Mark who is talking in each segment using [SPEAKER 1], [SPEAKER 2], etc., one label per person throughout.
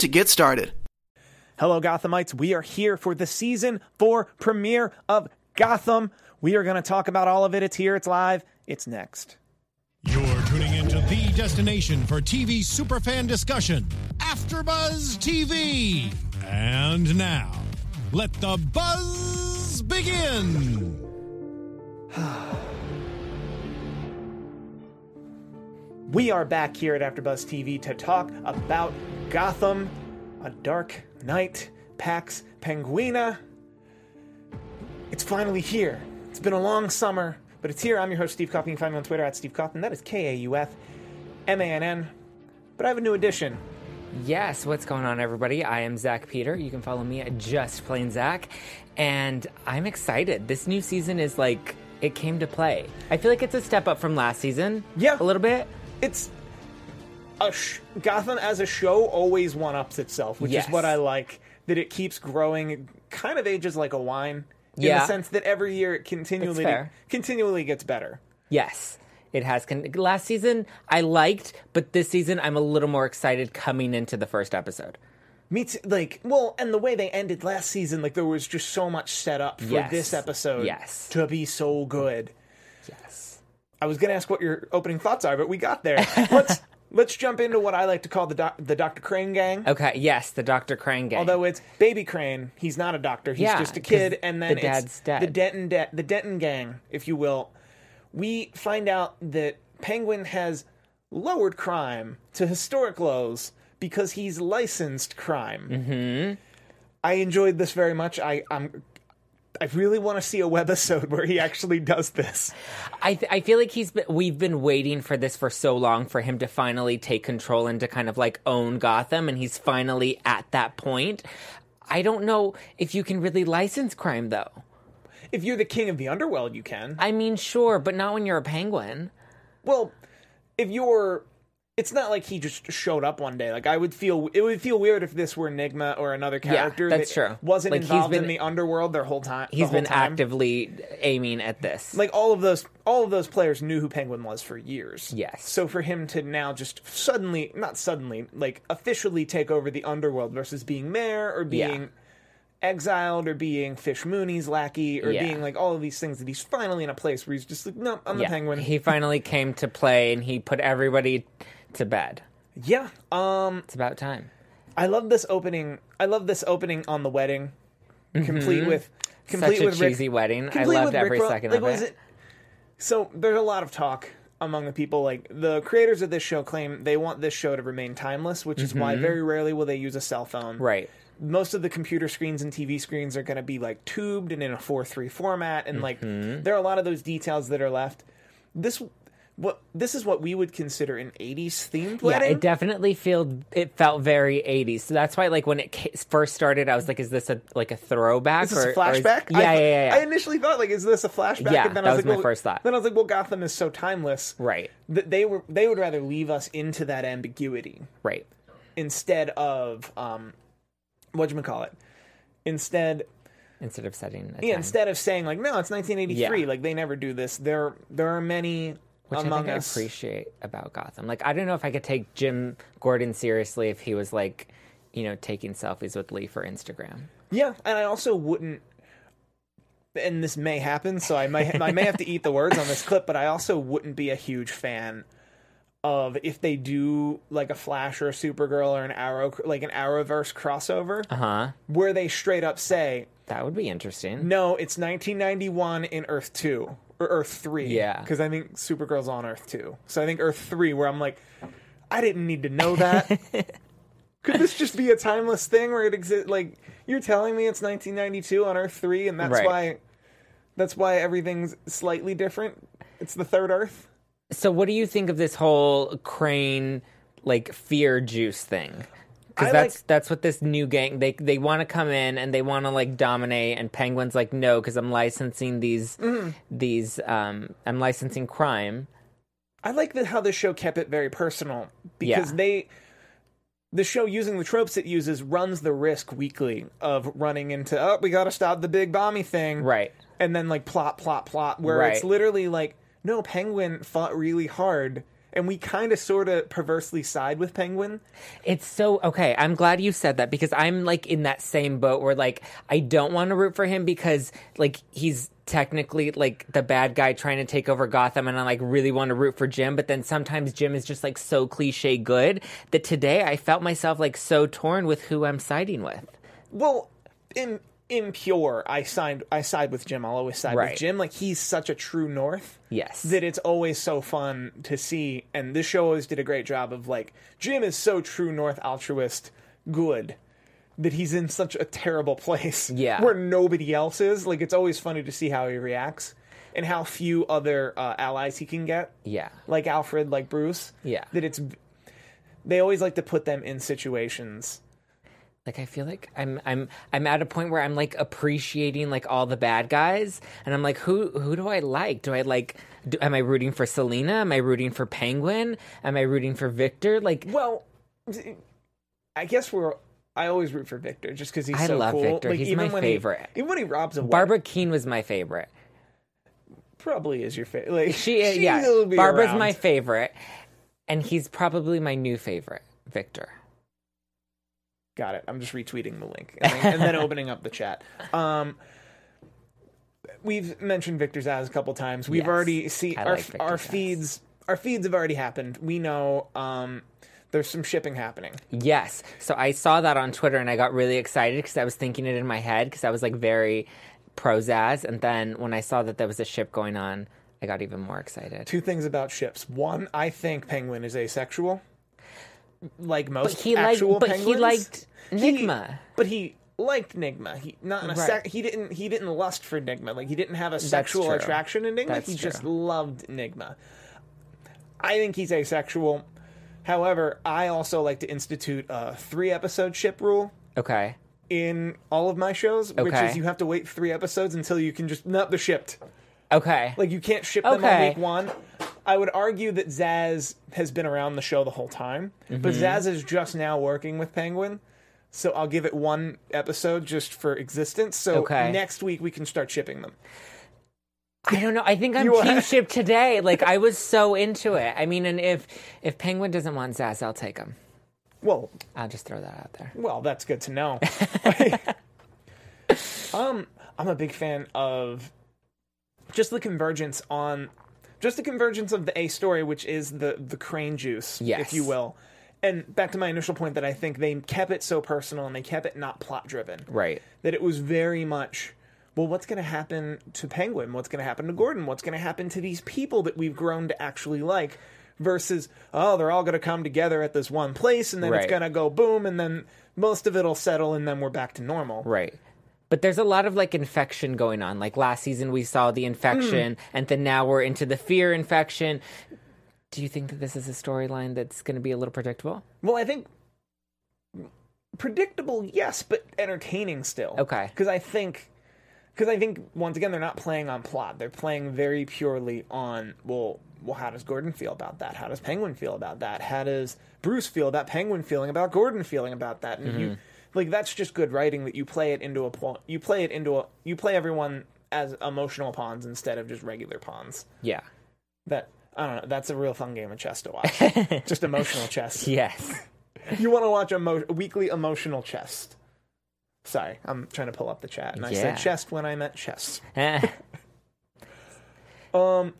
[SPEAKER 1] to get started.
[SPEAKER 2] Hello, Gothamites. We are here for the season four premiere of Gotham. We are going to talk about all of it. It's here, it's live, it's next.
[SPEAKER 3] You're tuning into the destination for TV superfan discussion, AfterBuzz TV. And now, let the buzz begin.
[SPEAKER 2] We are back here at AfterBuzz TV to talk about Gotham, A Dark Knight, Pax Penguina. It's finally here. It's been a long summer, but it's here. I'm your host, Steve Coffman. You can find me on Twitter at Steve Coffman. That is K A U F M A N N. But I have a new addition.
[SPEAKER 4] Yes, what's going on, everybody? I am Zach Peter. You can follow me at Just Plain Zach, and I'm excited. This new season is like it came to play. I feel like it's a step up from last season.
[SPEAKER 2] Yeah.
[SPEAKER 4] a little bit.
[SPEAKER 2] It's a sh- Gotham as a show always one ups itself, which
[SPEAKER 4] Yes.
[SPEAKER 2] is what I like. That it keeps growing, it kind of ages like a wine, in
[SPEAKER 4] Yeah.
[SPEAKER 2] the sense that every year it continually
[SPEAKER 4] fair.
[SPEAKER 2] continually gets better.
[SPEAKER 4] Yes, it has. Con- last season I liked, but this season I'm a little more excited coming into the first episode.
[SPEAKER 2] Me too, like well, and the way they ended last season, like there was just so much set up for
[SPEAKER 4] Yes.
[SPEAKER 2] this episode
[SPEAKER 4] Yes.
[SPEAKER 2] to be so good.
[SPEAKER 4] Yes.
[SPEAKER 2] I was gonna ask what your opening thoughts are, but we got there. Let's let's jump into what I like to call the doc- the Doctor Crane gang.
[SPEAKER 4] Okay. Yes, the Doctor Crane gang.
[SPEAKER 2] Although it's Baby Crane, he's not a doctor. He's
[SPEAKER 4] Yeah,
[SPEAKER 2] just a kid,
[SPEAKER 4] 'cause
[SPEAKER 2] and then
[SPEAKER 4] the
[SPEAKER 2] it's
[SPEAKER 4] dad's dead.
[SPEAKER 2] the Denton de- the Denton gang, if you will. We find out that Penguin has lowered crime to historic lows because he's licensed crime. Mm-hmm. I enjoyed this very much. I I'm I really want to see a webisode where he actually does this.
[SPEAKER 4] I, th- I feel like he's been, we've been waiting for this for so long for him to finally take control and to kind of like own Gotham, and he's finally at that point. I don't know if you can really license crime though.
[SPEAKER 2] If you're the king of the underworld, you can.
[SPEAKER 4] I mean, sure, but not when you're a penguin.
[SPEAKER 2] Well, if you're, it's not like he just showed up one day. Like I would feel, it would feel weird if this were Enigma or another character
[SPEAKER 4] that's
[SPEAKER 2] that
[SPEAKER 4] true.
[SPEAKER 2] wasn't
[SPEAKER 4] Like, he's
[SPEAKER 2] involved in
[SPEAKER 4] been-
[SPEAKER 2] the underworld their whole time.
[SPEAKER 4] He's
[SPEAKER 2] the whole
[SPEAKER 4] been
[SPEAKER 2] time.
[SPEAKER 4] actively aiming at this.
[SPEAKER 2] Like all of those, all of those players knew who Penguin was for years.
[SPEAKER 4] Yes.
[SPEAKER 2] So for him to now just suddenly, not suddenly, like officially take over the underworld versus being mayor or
[SPEAKER 4] Yeah.
[SPEAKER 2] being exiled or being Fish Mooney's lackey or
[SPEAKER 4] Yeah.
[SPEAKER 2] being like all of these things that he's finally in a place where he's just like, no, I'm the
[SPEAKER 4] Yeah.
[SPEAKER 2] Penguin.
[SPEAKER 4] He finally came to play, and he put everybody to bed.
[SPEAKER 2] yeah. Um.
[SPEAKER 4] It's about time.
[SPEAKER 2] I love this opening. I love this opening on the wedding, complete with complete
[SPEAKER 4] Mm-hmm. Such a
[SPEAKER 2] with Rick-
[SPEAKER 4] cheesy wedding. I
[SPEAKER 2] complete
[SPEAKER 4] loved
[SPEAKER 2] with
[SPEAKER 4] every
[SPEAKER 2] Rickroll.
[SPEAKER 4] second
[SPEAKER 2] Like,
[SPEAKER 4] of
[SPEAKER 2] was
[SPEAKER 4] it.
[SPEAKER 2] So there's a lot of talk among the people. Like the creators of this show claim they want this show to remain timeless, which is why very rarely will they use a cell phone.
[SPEAKER 4] Mm-hmm. Right.
[SPEAKER 2] Most of the computer screens and TV screens are going to be like tubed and in a four three format, and like
[SPEAKER 4] Mm-hmm.
[SPEAKER 2] there are a lot of those details that are left. This. What this is what we would consider an '80s themed
[SPEAKER 4] Yeah,
[SPEAKER 2] wedding.
[SPEAKER 4] it definitely felt it felt very 80s. So that's why, like when it ca- first started, I was like, "Is this a like a throwback
[SPEAKER 2] Is this
[SPEAKER 4] or
[SPEAKER 2] a
[SPEAKER 4] or is-
[SPEAKER 2] flashback?
[SPEAKER 4] yeah,
[SPEAKER 2] I,
[SPEAKER 4] yeah, yeah,
[SPEAKER 2] I
[SPEAKER 4] yeah.
[SPEAKER 2] initially thought like, is this a flashback?
[SPEAKER 4] Yeah,
[SPEAKER 2] and then
[SPEAKER 4] that
[SPEAKER 2] I was, like,
[SPEAKER 4] was my
[SPEAKER 2] well-
[SPEAKER 4] first thought.
[SPEAKER 2] Then I was like, well, Gotham is so timeless,
[SPEAKER 4] Right.
[SPEAKER 2] That they were they would rather leave us into that ambiguity
[SPEAKER 4] right.
[SPEAKER 2] instead of um, what you call it? Instead,
[SPEAKER 4] Instead of setting, a
[SPEAKER 2] yeah,
[SPEAKER 4] time.
[SPEAKER 2] instead of saying like, no, it's 1983.
[SPEAKER 4] Yeah.
[SPEAKER 2] Like they never do this. There there are many
[SPEAKER 4] which I
[SPEAKER 2] among
[SPEAKER 4] think
[SPEAKER 2] us.
[SPEAKER 4] I appreciate about Gotham. Like, I don't know if I could take Jim Gordon seriously if he was like, you know, taking selfies with Lee for Instagram.
[SPEAKER 2] Yeah, and I also wouldn't. And this may happen, so I might I may have to eat the words on this clip, but I also wouldn't be a huge fan of if they do like a Flash or a Supergirl or an Arrow like an Arrowverse crossover
[SPEAKER 4] Uh huh.
[SPEAKER 2] where they straight up say
[SPEAKER 4] That would be interesting.
[SPEAKER 2] no, it's 1991 in Earth Two or Earth Three.
[SPEAKER 4] Yeah.
[SPEAKER 2] because I think Supergirl's on Earth Two, so I think Earth Three where I'm like, I didn't need to know that. Could this just be a timeless thing where it exists? Like you're telling me it's 1992 on Earth Three, and that's
[SPEAKER 4] Right.
[SPEAKER 2] why that's why everything's slightly different. It's the third Earth.
[SPEAKER 4] So, what do you think of this whole Crane like fear juice thing? because
[SPEAKER 2] I
[SPEAKER 4] that's
[SPEAKER 2] like-
[SPEAKER 4] that's what this new gang they they want to come in and they want to like dominate and penguins like no because i'm licensing these
[SPEAKER 2] Mm-hmm.
[SPEAKER 4] these um i'm licensing crime
[SPEAKER 2] I like the, how the show kept it very personal because
[SPEAKER 4] Yeah.
[SPEAKER 2] they, the show using the tropes it uses runs the risk weekly of running into oh we got to stop the big bomby thing
[SPEAKER 4] Right.
[SPEAKER 2] and then like plot plot plot where it's
[SPEAKER 4] Right.
[SPEAKER 2] literally like no penguin fought really hard and we kind of sort of perversely side with penguin
[SPEAKER 4] It's so okay. I'm glad you said that because I'm like in that same boat where like I don't want to root for him because like he's technically like the bad guy trying to take over Gotham and I like really want to root for Jim, but then sometimes Jim is just like so cliche good that today I felt myself like so torn with who I'm siding with.
[SPEAKER 2] well in impure i signed i side with jim i'll always side
[SPEAKER 4] Right.
[SPEAKER 2] with jim like he's such a true north
[SPEAKER 4] Yes.
[SPEAKER 2] that it's always so fun to see and this show always did a great job of like jim is so true north altruist good that he's in such a terrible place
[SPEAKER 4] Yeah.
[SPEAKER 2] where nobody else is like it's always funny to see how he reacts and how few other uh, allies he can get
[SPEAKER 4] Yeah.
[SPEAKER 2] like alfred like bruce
[SPEAKER 4] Yeah.
[SPEAKER 2] that it's they always like to put them in situations
[SPEAKER 4] Like I feel like I'm I'm I'm at a point where I'm like appreciating like all the bad guys and I'm like who who do I like? Do I like do, am I rooting for Selena? Am I rooting for Penguin? Am I rooting for Victor? Like
[SPEAKER 2] Well, I guess we're. I always root for Victor just because he's
[SPEAKER 4] I
[SPEAKER 2] so
[SPEAKER 4] love
[SPEAKER 2] cool.
[SPEAKER 4] Victor. He's my
[SPEAKER 2] when
[SPEAKER 4] favorite.
[SPEAKER 2] He, even when he robs a Barbara
[SPEAKER 4] Barbara Keene was my favorite.
[SPEAKER 2] probably is your favorite. Like,
[SPEAKER 4] She is yeah.
[SPEAKER 2] she'll be
[SPEAKER 4] Barbara's
[SPEAKER 2] around.
[SPEAKER 4] my favorite and he's probably my new favorite, Victor.
[SPEAKER 2] Got it. I'm just retweeting the link and then, and then opening up the chat. Um, we've mentioned Victor's ass a couple times. We've
[SPEAKER 4] Yes.
[SPEAKER 2] already see
[SPEAKER 4] I
[SPEAKER 2] our
[SPEAKER 4] like
[SPEAKER 2] our
[SPEAKER 4] Victor's ass.
[SPEAKER 2] feeds. Our feeds have already happened. We know um, there's some shipping happening.
[SPEAKER 4] Yes. So I saw that on Twitter and I got really excited because I was thinking it in my head because I was like very pro Zaz. And then when I saw that there was a ship going on, I got even more excited.
[SPEAKER 2] Two things about ships. One, I think Penguin is asexual, like most
[SPEAKER 4] he liked-
[SPEAKER 2] actual
[SPEAKER 4] but he
[SPEAKER 2] penguins.
[SPEAKER 4] liked
[SPEAKER 2] He-
[SPEAKER 4] Nigma.
[SPEAKER 2] but he liked Nigma. He not in a sec-
[SPEAKER 4] Right.
[SPEAKER 2] he didn't he didn't lust for Nigma. Like he didn't have a sexual
[SPEAKER 4] true.
[SPEAKER 2] attraction to Nigma.
[SPEAKER 4] That's
[SPEAKER 2] he
[SPEAKER 4] true.
[SPEAKER 2] just loved Nigma. I think he's asexual. However, I also like to institute a three episode ship rule
[SPEAKER 4] Okay.
[SPEAKER 2] in all of my shows, which
[SPEAKER 4] Okay.
[SPEAKER 2] is you have to wait three episodes until you can just not the shipped.
[SPEAKER 4] Okay.
[SPEAKER 2] Like you can't ship them on
[SPEAKER 4] Okay.
[SPEAKER 2] week one. I would argue that Zaz has been around the show the whole time, but Zaz is just now working with Penguin. So I'll give it one episode just for existence. So
[SPEAKER 4] Okay.
[SPEAKER 2] next week we can start shipping them.
[SPEAKER 4] I don't know. I think I'm
[SPEAKER 2] You are-
[SPEAKER 4] team ship today. Like I was so into it. I mean, and if if Penguin doesn't want Zaz, I'll take him.
[SPEAKER 2] Well,
[SPEAKER 4] I'll just throw that out there.
[SPEAKER 2] well, that's good to know. um, I'm a big fan of just the convergence on just the convergence of the A story, which is the the crane juice, if
[SPEAKER 4] Yes.
[SPEAKER 2] you will. And back to my initial point that I think they kept it so personal and they kept it not plot driven.
[SPEAKER 4] Right.
[SPEAKER 2] That it was very much, well, what's going to happen to Penguin? What's going to happen to Gordon? What's going to happen to these people that we've grown to actually like? Versus, oh, they're all going to come together at this one place and then it's
[SPEAKER 4] Right.
[SPEAKER 2] going to go boom and then most of it'll settle and then we're back to normal.
[SPEAKER 4] Right. But there's a lot of like infection going on. Like last season we saw the infection and then now we're into the fear infection. Do you think that this is a storyline that's going to be a little predictable?
[SPEAKER 2] Well, I think predictable, yes, but entertaining still.
[SPEAKER 4] Okay.
[SPEAKER 2] Because I think, because I think once again they're not playing on plot; they're playing very purely on well, well, how does Gordon feel about that? How does Penguin feel about that? How does Bruce feel about Penguin feeling about Gordon feeling about that? And
[SPEAKER 4] Mm-hmm.
[SPEAKER 2] you like that's just good writing that you play it into a point. You play it into a you play everyone as emotional pawns instead of just regular pawns.
[SPEAKER 4] Yeah.
[SPEAKER 2] That. I don't know. That's a real fun game of chess to watch. Just emotional chess
[SPEAKER 4] Yes.
[SPEAKER 2] you want to watch emo- weekly emotional chest. Sorry, I'm trying to pull up the chat, and I
[SPEAKER 4] Yeah.
[SPEAKER 2] said chest when I meant chess.
[SPEAKER 4] Eh.
[SPEAKER 2] Um,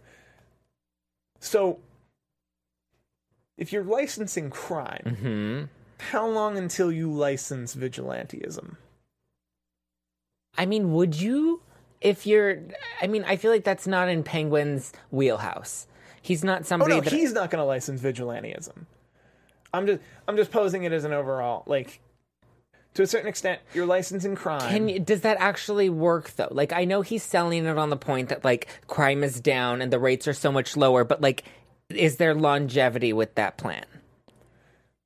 [SPEAKER 2] so if you're licensing crime,
[SPEAKER 4] Mm.
[SPEAKER 2] how long until you license vigilanteism?
[SPEAKER 4] I mean, would you if you're I mean, I feel like that's not in Penguin's wheelhouse. He's not
[SPEAKER 2] Oh
[SPEAKER 4] somebody
[SPEAKER 2] no,
[SPEAKER 4] that
[SPEAKER 2] he's not going to license vigilanteism. I'm just, I'm just posing it as an overall, like to a certain extent, you're licensing crime.
[SPEAKER 4] Can you, does that actually work though? Like I know he's selling it on the point that like crime is down and the rates are so much lower, but like is there longevity with that plan?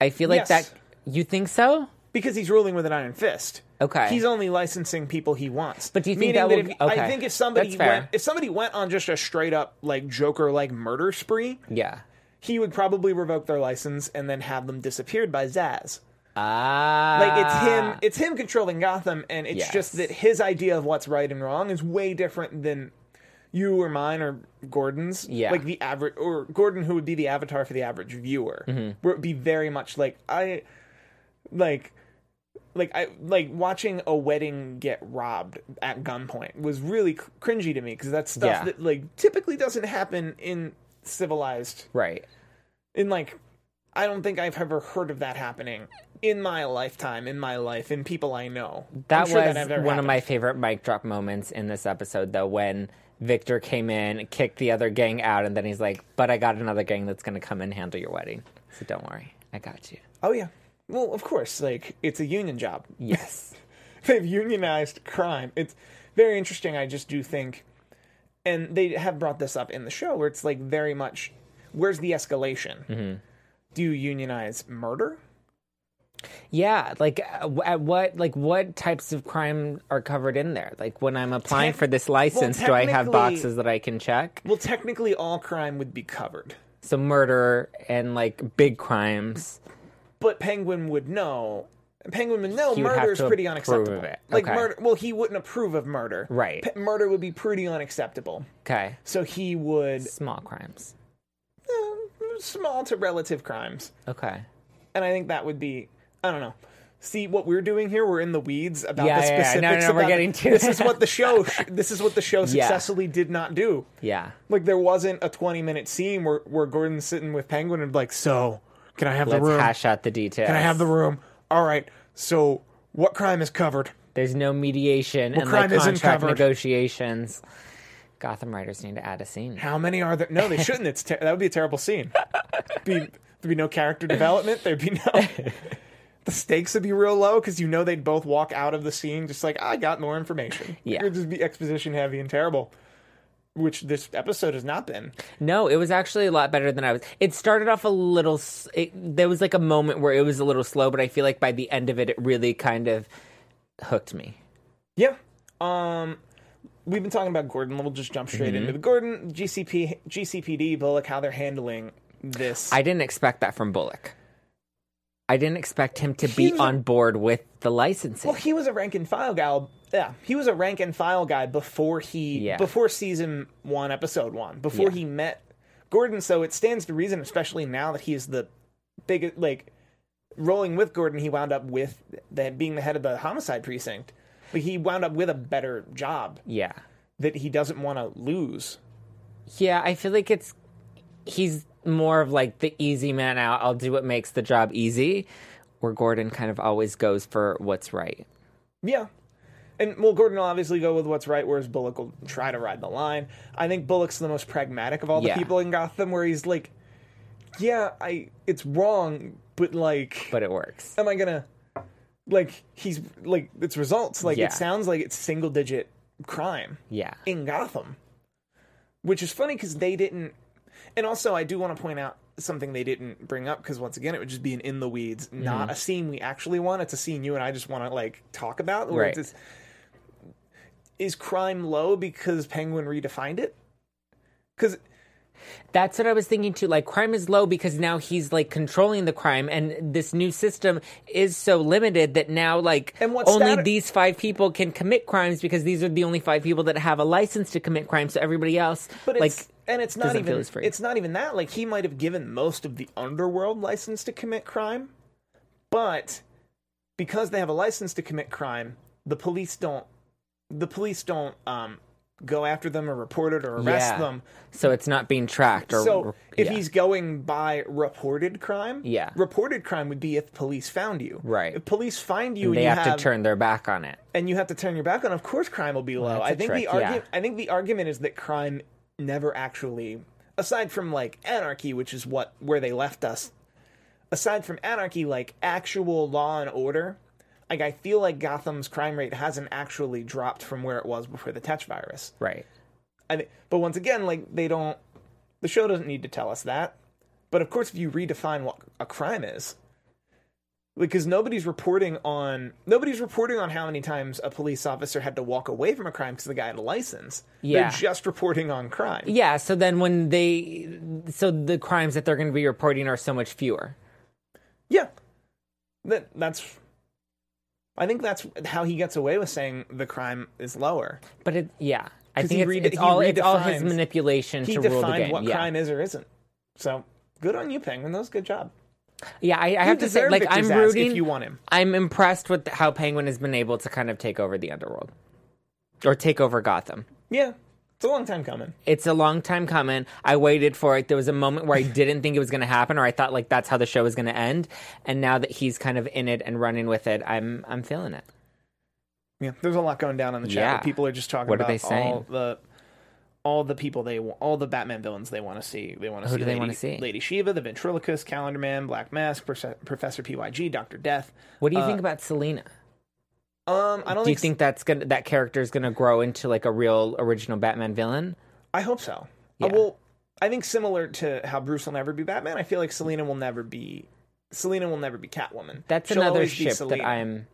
[SPEAKER 4] I feel like
[SPEAKER 2] Yes.
[SPEAKER 4] that You think so?
[SPEAKER 2] because he's ruling with an iron fist.
[SPEAKER 4] Okay.
[SPEAKER 2] He's only licensing people he wants.
[SPEAKER 4] But do you think
[SPEAKER 2] Meaning
[SPEAKER 4] that
[SPEAKER 2] if,
[SPEAKER 4] would- okay.
[SPEAKER 2] I think if somebody
[SPEAKER 4] That's fair.
[SPEAKER 2] went if somebody went on just a straight up like Joker like murder spree,
[SPEAKER 4] Yeah.
[SPEAKER 2] he would probably revoke their license and then have them disappeared by Zaz.
[SPEAKER 4] Ah.
[SPEAKER 2] Like it's him it's him controlling Gotham and it's
[SPEAKER 4] Yes.
[SPEAKER 2] just that his idea of what's right and wrong is way different than you or mine or Gordon's.
[SPEAKER 4] Yeah.
[SPEAKER 2] Like the average or Gordon who would be the avatar for the average viewer.
[SPEAKER 4] Mm-hmm.
[SPEAKER 2] Where it would be very much like I like like I like watching a wedding get robbed at gunpoint was really cr- cringy to me because that's stuff
[SPEAKER 4] Yeah.
[SPEAKER 2] that like typically doesn't happen in civilized
[SPEAKER 4] Right.
[SPEAKER 2] in like I don't think I've ever heard of that happening in my lifetime, in my life, in people I know. I'm
[SPEAKER 4] That
[SPEAKER 2] sure
[SPEAKER 4] was
[SPEAKER 2] never
[SPEAKER 4] one of my favorite mic drop moments in this episode, though, when Victor came in, kicked the other gang out, and then he's like, But I got another gang that's going to come and handle your wedding. So don't worry. I got you.
[SPEAKER 2] Oh yeah. Well, of course, like it's a union job.
[SPEAKER 4] Yes.
[SPEAKER 2] They've unionized crime. It's very interesting. I just do think, and they have brought this up in the show where it's like very much, where's the escalation?
[SPEAKER 4] Mm-hmm.
[SPEAKER 2] Do you unionize murder?
[SPEAKER 4] yeah. Like, uh, w- at what, like, what types of crime are covered in there? Like, when I'm applying
[SPEAKER 2] Tec-
[SPEAKER 4] for this
[SPEAKER 2] well,
[SPEAKER 4] license, do I have
[SPEAKER 2] technically-
[SPEAKER 4] boxes that I can check?
[SPEAKER 2] Well, technically, all crime would be covered,
[SPEAKER 4] So murder and like big crimes.
[SPEAKER 2] but Penguin would know. Penguin would know
[SPEAKER 4] He would have
[SPEAKER 2] murder is
[SPEAKER 4] to
[SPEAKER 2] pretty
[SPEAKER 4] approve of
[SPEAKER 2] unacceptable.
[SPEAKER 4] it.
[SPEAKER 2] Like
[SPEAKER 4] Okay.
[SPEAKER 2] murder, well, he wouldn't approve of murder.
[SPEAKER 4] Right.
[SPEAKER 2] Pe- murder would be pretty unacceptable.
[SPEAKER 4] Okay.
[SPEAKER 2] So he would
[SPEAKER 4] Small crimes.
[SPEAKER 2] eh, small to relative crimes.
[SPEAKER 4] Okay.
[SPEAKER 2] and I think that would be I don't know. See what we're doing here? We're in the weeds about
[SPEAKER 4] Yeah,
[SPEAKER 2] the
[SPEAKER 4] yeah, yeah.
[SPEAKER 2] specifics.
[SPEAKER 4] No, no, no, we're
[SPEAKER 2] about-
[SPEAKER 4] getting to
[SPEAKER 2] this
[SPEAKER 4] it.
[SPEAKER 2] is what the show. This is what the show
[SPEAKER 4] Yeah.
[SPEAKER 2] successfully did not do.
[SPEAKER 4] Yeah.
[SPEAKER 2] Like there wasn't a twenty minute scene where where Gordon's sitting with Penguin and like, so can I have
[SPEAKER 4] Let's
[SPEAKER 2] the room?
[SPEAKER 4] hash out the details.
[SPEAKER 2] Can I have the room? All right. So what crime is covered?
[SPEAKER 4] There's no mediation and
[SPEAKER 2] crime
[SPEAKER 4] like
[SPEAKER 2] isn't
[SPEAKER 4] contract
[SPEAKER 2] covered?
[SPEAKER 4] negotiations. Gotham writers need to add a scene.
[SPEAKER 2] How many are there? No, they shouldn't. It's ter- that would be a terrible scene. Be, there'd be no character development. There'd be no. The stakes would be real low because you know they'd both walk out of the scene just like I got more information.
[SPEAKER 4] Yeah.
[SPEAKER 2] it'd just be exposition heavy and terrible, which this episode has not been.
[SPEAKER 4] No, it was actually a lot better than I was. It started off a little. s- It, there was like a moment where it was a little slow, but I feel like by the end of it, it really kind of hooked me.
[SPEAKER 2] Yeah. Um, we've been talking about Gordon. We'll just jump
[SPEAKER 4] Mm-hmm.
[SPEAKER 2] straight into the Gordon GCP GCPD Bullock how they're handling this.
[SPEAKER 4] I didn't expect that from Bullock. I didn't expect him to
[SPEAKER 2] He
[SPEAKER 4] be
[SPEAKER 2] was a-
[SPEAKER 4] on board with the licensing.
[SPEAKER 2] Well, he was a rank and file guy. Yeah, he was a rank and file guy before he
[SPEAKER 4] Yeah.
[SPEAKER 2] before season one, episode one, before
[SPEAKER 4] Yeah.
[SPEAKER 2] he met Gordon. So it stands to reason, especially now that he's the big like rolling with Gordon, he wound up with that being the head of the homicide precinct. But he wound up with a better job
[SPEAKER 4] yeah.
[SPEAKER 2] that he doesn't want to lose.
[SPEAKER 4] Yeah, I feel like it's he's more of like the easy man out. I'll do what makes the job easy. Where Gordon kind of always goes for what's right.
[SPEAKER 2] Yeah. And well, Gordon will obviously go with what's right, whereas Bullock will try to ride the line. I think Bullock's the most pragmatic of all the
[SPEAKER 4] Yeah.
[SPEAKER 2] people in Gotham, where he's like, "Yeah, I it's wrong, but like,
[SPEAKER 4] But it works.
[SPEAKER 2] am I gonna like he's like it's results like
[SPEAKER 4] Yeah.
[SPEAKER 2] it sounds like it's single digit crime
[SPEAKER 4] Yeah.
[SPEAKER 2] in Gotham, which is funny because they didn't. And also, I do want to point out something they didn't bring up because once again, it would just be an in the weeds, not a scene we actually want. It's a scene you and I just want to like talk about. Where
[SPEAKER 4] Right.
[SPEAKER 2] it's, is crime low because Penguin redefined it? Because
[SPEAKER 4] That's what I was thinking too. Like crime is low because now he's like controlling the crime and this new system is so limited that now like
[SPEAKER 2] And what's
[SPEAKER 4] only
[SPEAKER 2] that-
[SPEAKER 4] these five people can commit crimes because these are the only five people that have a license to commit crimes. So everybody else
[SPEAKER 2] but
[SPEAKER 4] like
[SPEAKER 2] it's and it's not
[SPEAKER 4] doesn't feel
[SPEAKER 2] even
[SPEAKER 4] as free.
[SPEAKER 2] it's not even that. Like he might have given most of the underworld license to commit crime, but because they have a license to commit crime, the police don't the police don't um, go after them or report it or arrest
[SPEAKER 4] Yeah.
[SPEAKER 2] them.
[SPEAKER 4] so it's not being tracked or
[SPEAKER 2] So if
[SPEAKER 4] yeah.
[SPEAKER 2] he's going by reported crime,
[SPEAKER 4] Yeah.
[SPEAKER 2] reported crime would be if police found you.
[SPEAKER 4] Right.
[SPEAKER 2] If police find you, and
[SPEAKER 4] they
[SPEAKER 2] you
[SPEAKER 4] have to turn their back on it.
[SPEAKER 2] and you have to turn your back on, of course, crime will be low.
[SPEAKER 4] that's
[SPEAKER 2] I
[SPEAKER 4] a
[SPEAKER 2] think the
[SPEAKER 4] trick,
[SPEAKER 2] argument.
[SPEAKER 4] yeah.
[SPEAKER 2] I think the argument is that crime never actually, aside from like anarchy, which is what where they left us. Aside from anarchy, like actual law and order, like I feel like Gotham's crime rate hasn't actually dropped from where it was before the Tetch virus.
[SPEAKER 4] Right.
[SPEAKER 2] I thi- but once again, like they don't. The show doesn't need to tell us that. But of course, if you redefine what a crime is, because nobody's reporting on nobody's reporting on how many times a police officer had to walk away from a crime because the guy had a license.
[SPEAKER 4] Yeah.
[SPEAKER 2] They're just reporting on crime.
[SPEAKER 4] Yeah, so then when they so the crimes that they're going to be reporting are so much fewer.
[SPEAKER 2] Yeah. That that's I think that's how he gets away with saying the crime is lower.
[SPEAKER 4] But it yeah, I
[SPEAKER 2] 'Cause
[SPEAKER 4] think
[SPEAKER 2] he
[SPEAKER 4] it's,
[SPEAKER 2] rede-
[SPEAKER 4] it's
[SPEAKER 2] he
[SPEAKER 4] all it's all his
[SPEAKER 2] redefines-
[SPEAKER 4] manipulation
[SPEAKER 2] He
[SPEAKER 4] to rule the game.
[SPEAKER 2] defined what
[SPEAKER 4] yeah.
[SPEAKER 2] crime is or isn't. So good on you, Penguin. That was a good job.
[SPEAKER 4] Yeah, I, I have to say,
[SPEAKER 2] deserve
[SPEAKER 4] like,
[SPEAKER 2] Victor's
[SPEAKER 4] I'm
[SPEAKER 2] ass if
[SPEAKER 4] rooting.
[SPEAKER 2] you want him.
[SPEAKER 4] I'm impressed with how Penguin has been able to kind of take over the underworld or take over Gotham.
[SPEAKER 2] Yeah. It's a long time coming.
[SPEAKER 4] It's a long time coming. I waited for it. There was a moment where I didn't think it was going to happen, or I thought like that's how the show was going to end. And now that he's kind of in it and running with it, I'm I'm feeling it.
[SPEAKER 2] Yeah, there's a lot going down in the chat.
[SPEAKER 4] Yeah.
[SPEAKER 2] People are just talking
[SPEAKER 4] What are
[SPEAKER 2] about
[SPEAKER 4] they saying?
[SPEAKER 2] all the all the people they wa- all the Batman villains they want to see. They want to
[SPEAKER 4] Who
[SPEAKER 2] see
[SPEAKER 4] do they
[SPEAKER 2] Lady,
[SPEAKER 4] wanna see?
[SPEAKER 2] Lady Shiva, the ventriloquist, Calendar Man, Black Mask, Profe- Professor PYG, Doctor Death.
[SPEAKER 4] What do you
[SPEAKER 2] Uh,
[SPEAKER 4] think about Selena?
[SPEAKER 2] Um, I don't
[SPEAKER 4] Do you
[SPEAKER 2] s-
[SPEAKER 4] think that's gonna that character is gonna grow into like a real original Batman villain?
[SPEAKER 2] I hope so.
[SPEAKER 4] Yeah.
[SPEAKER 2] Uh, well, I think similar to how Bruce will never be Batman, I feel like Selena will never be Selena will never be Catwoman.
[SPEAKER 4] That's
[SPEAKER 2] She'll
[SPEAKER 4] another
[SPEAKER 2] always be
[SPEAKER 4] ship that
[SPEAKER 2] Selena.
[SPEAKER 4] I'm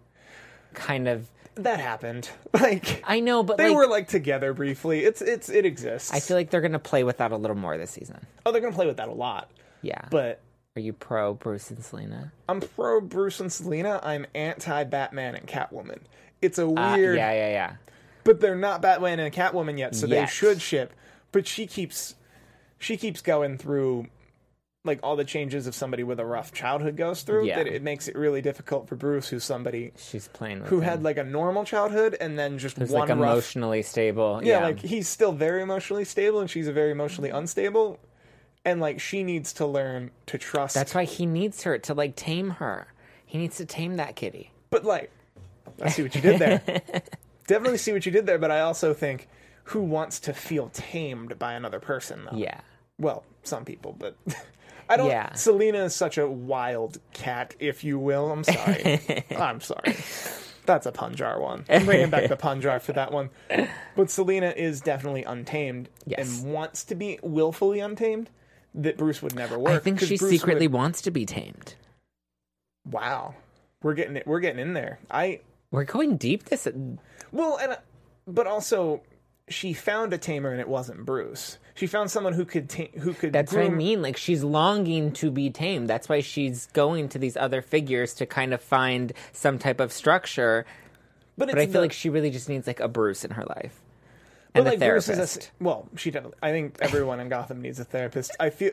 [SPEAKER 4] kind of.
[SPEAKER 2] That happened. Like
[SPEAKER 4] I know, but
[SPEAKER 2] they
[SPEAKER 4] like,
[SPEAKER 2] were like together briefly. It's it's it exists.
[SPEAKER 4] I feel like they're gonna play with that a little more this season.
[SPEAKER 2] oh, they're gonna play with that a lot.
[SPEAKER 4] Yeah.
[SPEAKER 2] But
[SPEAKER 4] Are you pro Bruce and Selena?
[SPEAKER 2] I'm pro Bruce and Selena. I'm anti Batman and Catwoman. It's a
[SPEAKER 4] Uh,
[SPEAKER 2] weird,
[SPEAKER 4] yeah, yeah, yeah.
[SPEAKER 2] but they're not Batman and Catwoman yet, so
[SPEAKER 4] Yet.
[SPEAKER 2] they should ship. But she keeps, she keeps going through, like all the changes of somebody with a rough childhood goes through.
[SPEAKER 4] Yeah.
[SPEAKER 2] That it makes it really difficult for Bruce, who's somebody
[SPEAKER 4] She's playing with
[SPEAKER 2] who
[SPEAKER 4] him.
[SPEAKER 2] had like a normal childhood and then just
[SPEAKER 4] Who's,
[SPEAKER 2] one
[SPEAKER 4] Mm. like
[SPEAKER 2] rough.
[SPEAKER 4] emotionally stable.
[SPEAKER 2] yeah,
[SPEAKER 4] Yeah,
[SPEAKER 2] like he's still very emotionally stable, and she's a very emotionally unstable, and like she needs to learn to trust.
[SPEAKER 4] that's why he needs her to like tame her. He needs to tame that kitty.
[SPEAKER 2] But like, I see what you did there. Definitely see what you did there. But I also think, who wants to feel tamed by another person? Though,
[SPEAKER 4] Yeah.
[SPEAKER 2] Well, some people, but I don't.
[SPEAKER 4] Yeah.
[SPEAKER 2] Selena is such a wild cat, if you will. I'm sorry. I'm sorry. That's a Punjar one. I'm bringing back the Punjar for that one. But Selena is definitely untamed
[SPEAKER 4] Yes.
[SPEAKER 2] and wants to be willfully untamed. That Bruce would never work.
[SPEAKER 4] I think
[SPEAKER 2] 'cause
[SPEAKER 4] she
[SPEAKER 2] Bruce
[SPEAKER 4] secretly
[SPEAKER 2] would-
[SPEAKER 4] wants to be tamed.
[SPEAKER 2] wow, we're getting it. We're getting in there. I
[SPEAKER 4] We're going deep this
[SPEAKER 2] Well, and uh, but also she found a tamer and it wasn't Bruce. She found someone who could ta- who could
[SPEAKER 4] That's what I
[SPEAKER 2] groom-
[SPEAKER 4] mean. Like she's longing to be tamed. That's why she's going to these other figures to kind of find some type of structure.
[SPEAKER 2] But,
[SPEAKER 4] But I feel like she really just needs like a Bruce in her life.
[SPEAKER 2] but
[SPEAKER 4] And a
[SPEAKER 2] like Bruce
[SPEAKER 4] therapist.
[SPEAKER 2] is a well, she definitely I think everyone in Gotham needs a therapist. I feel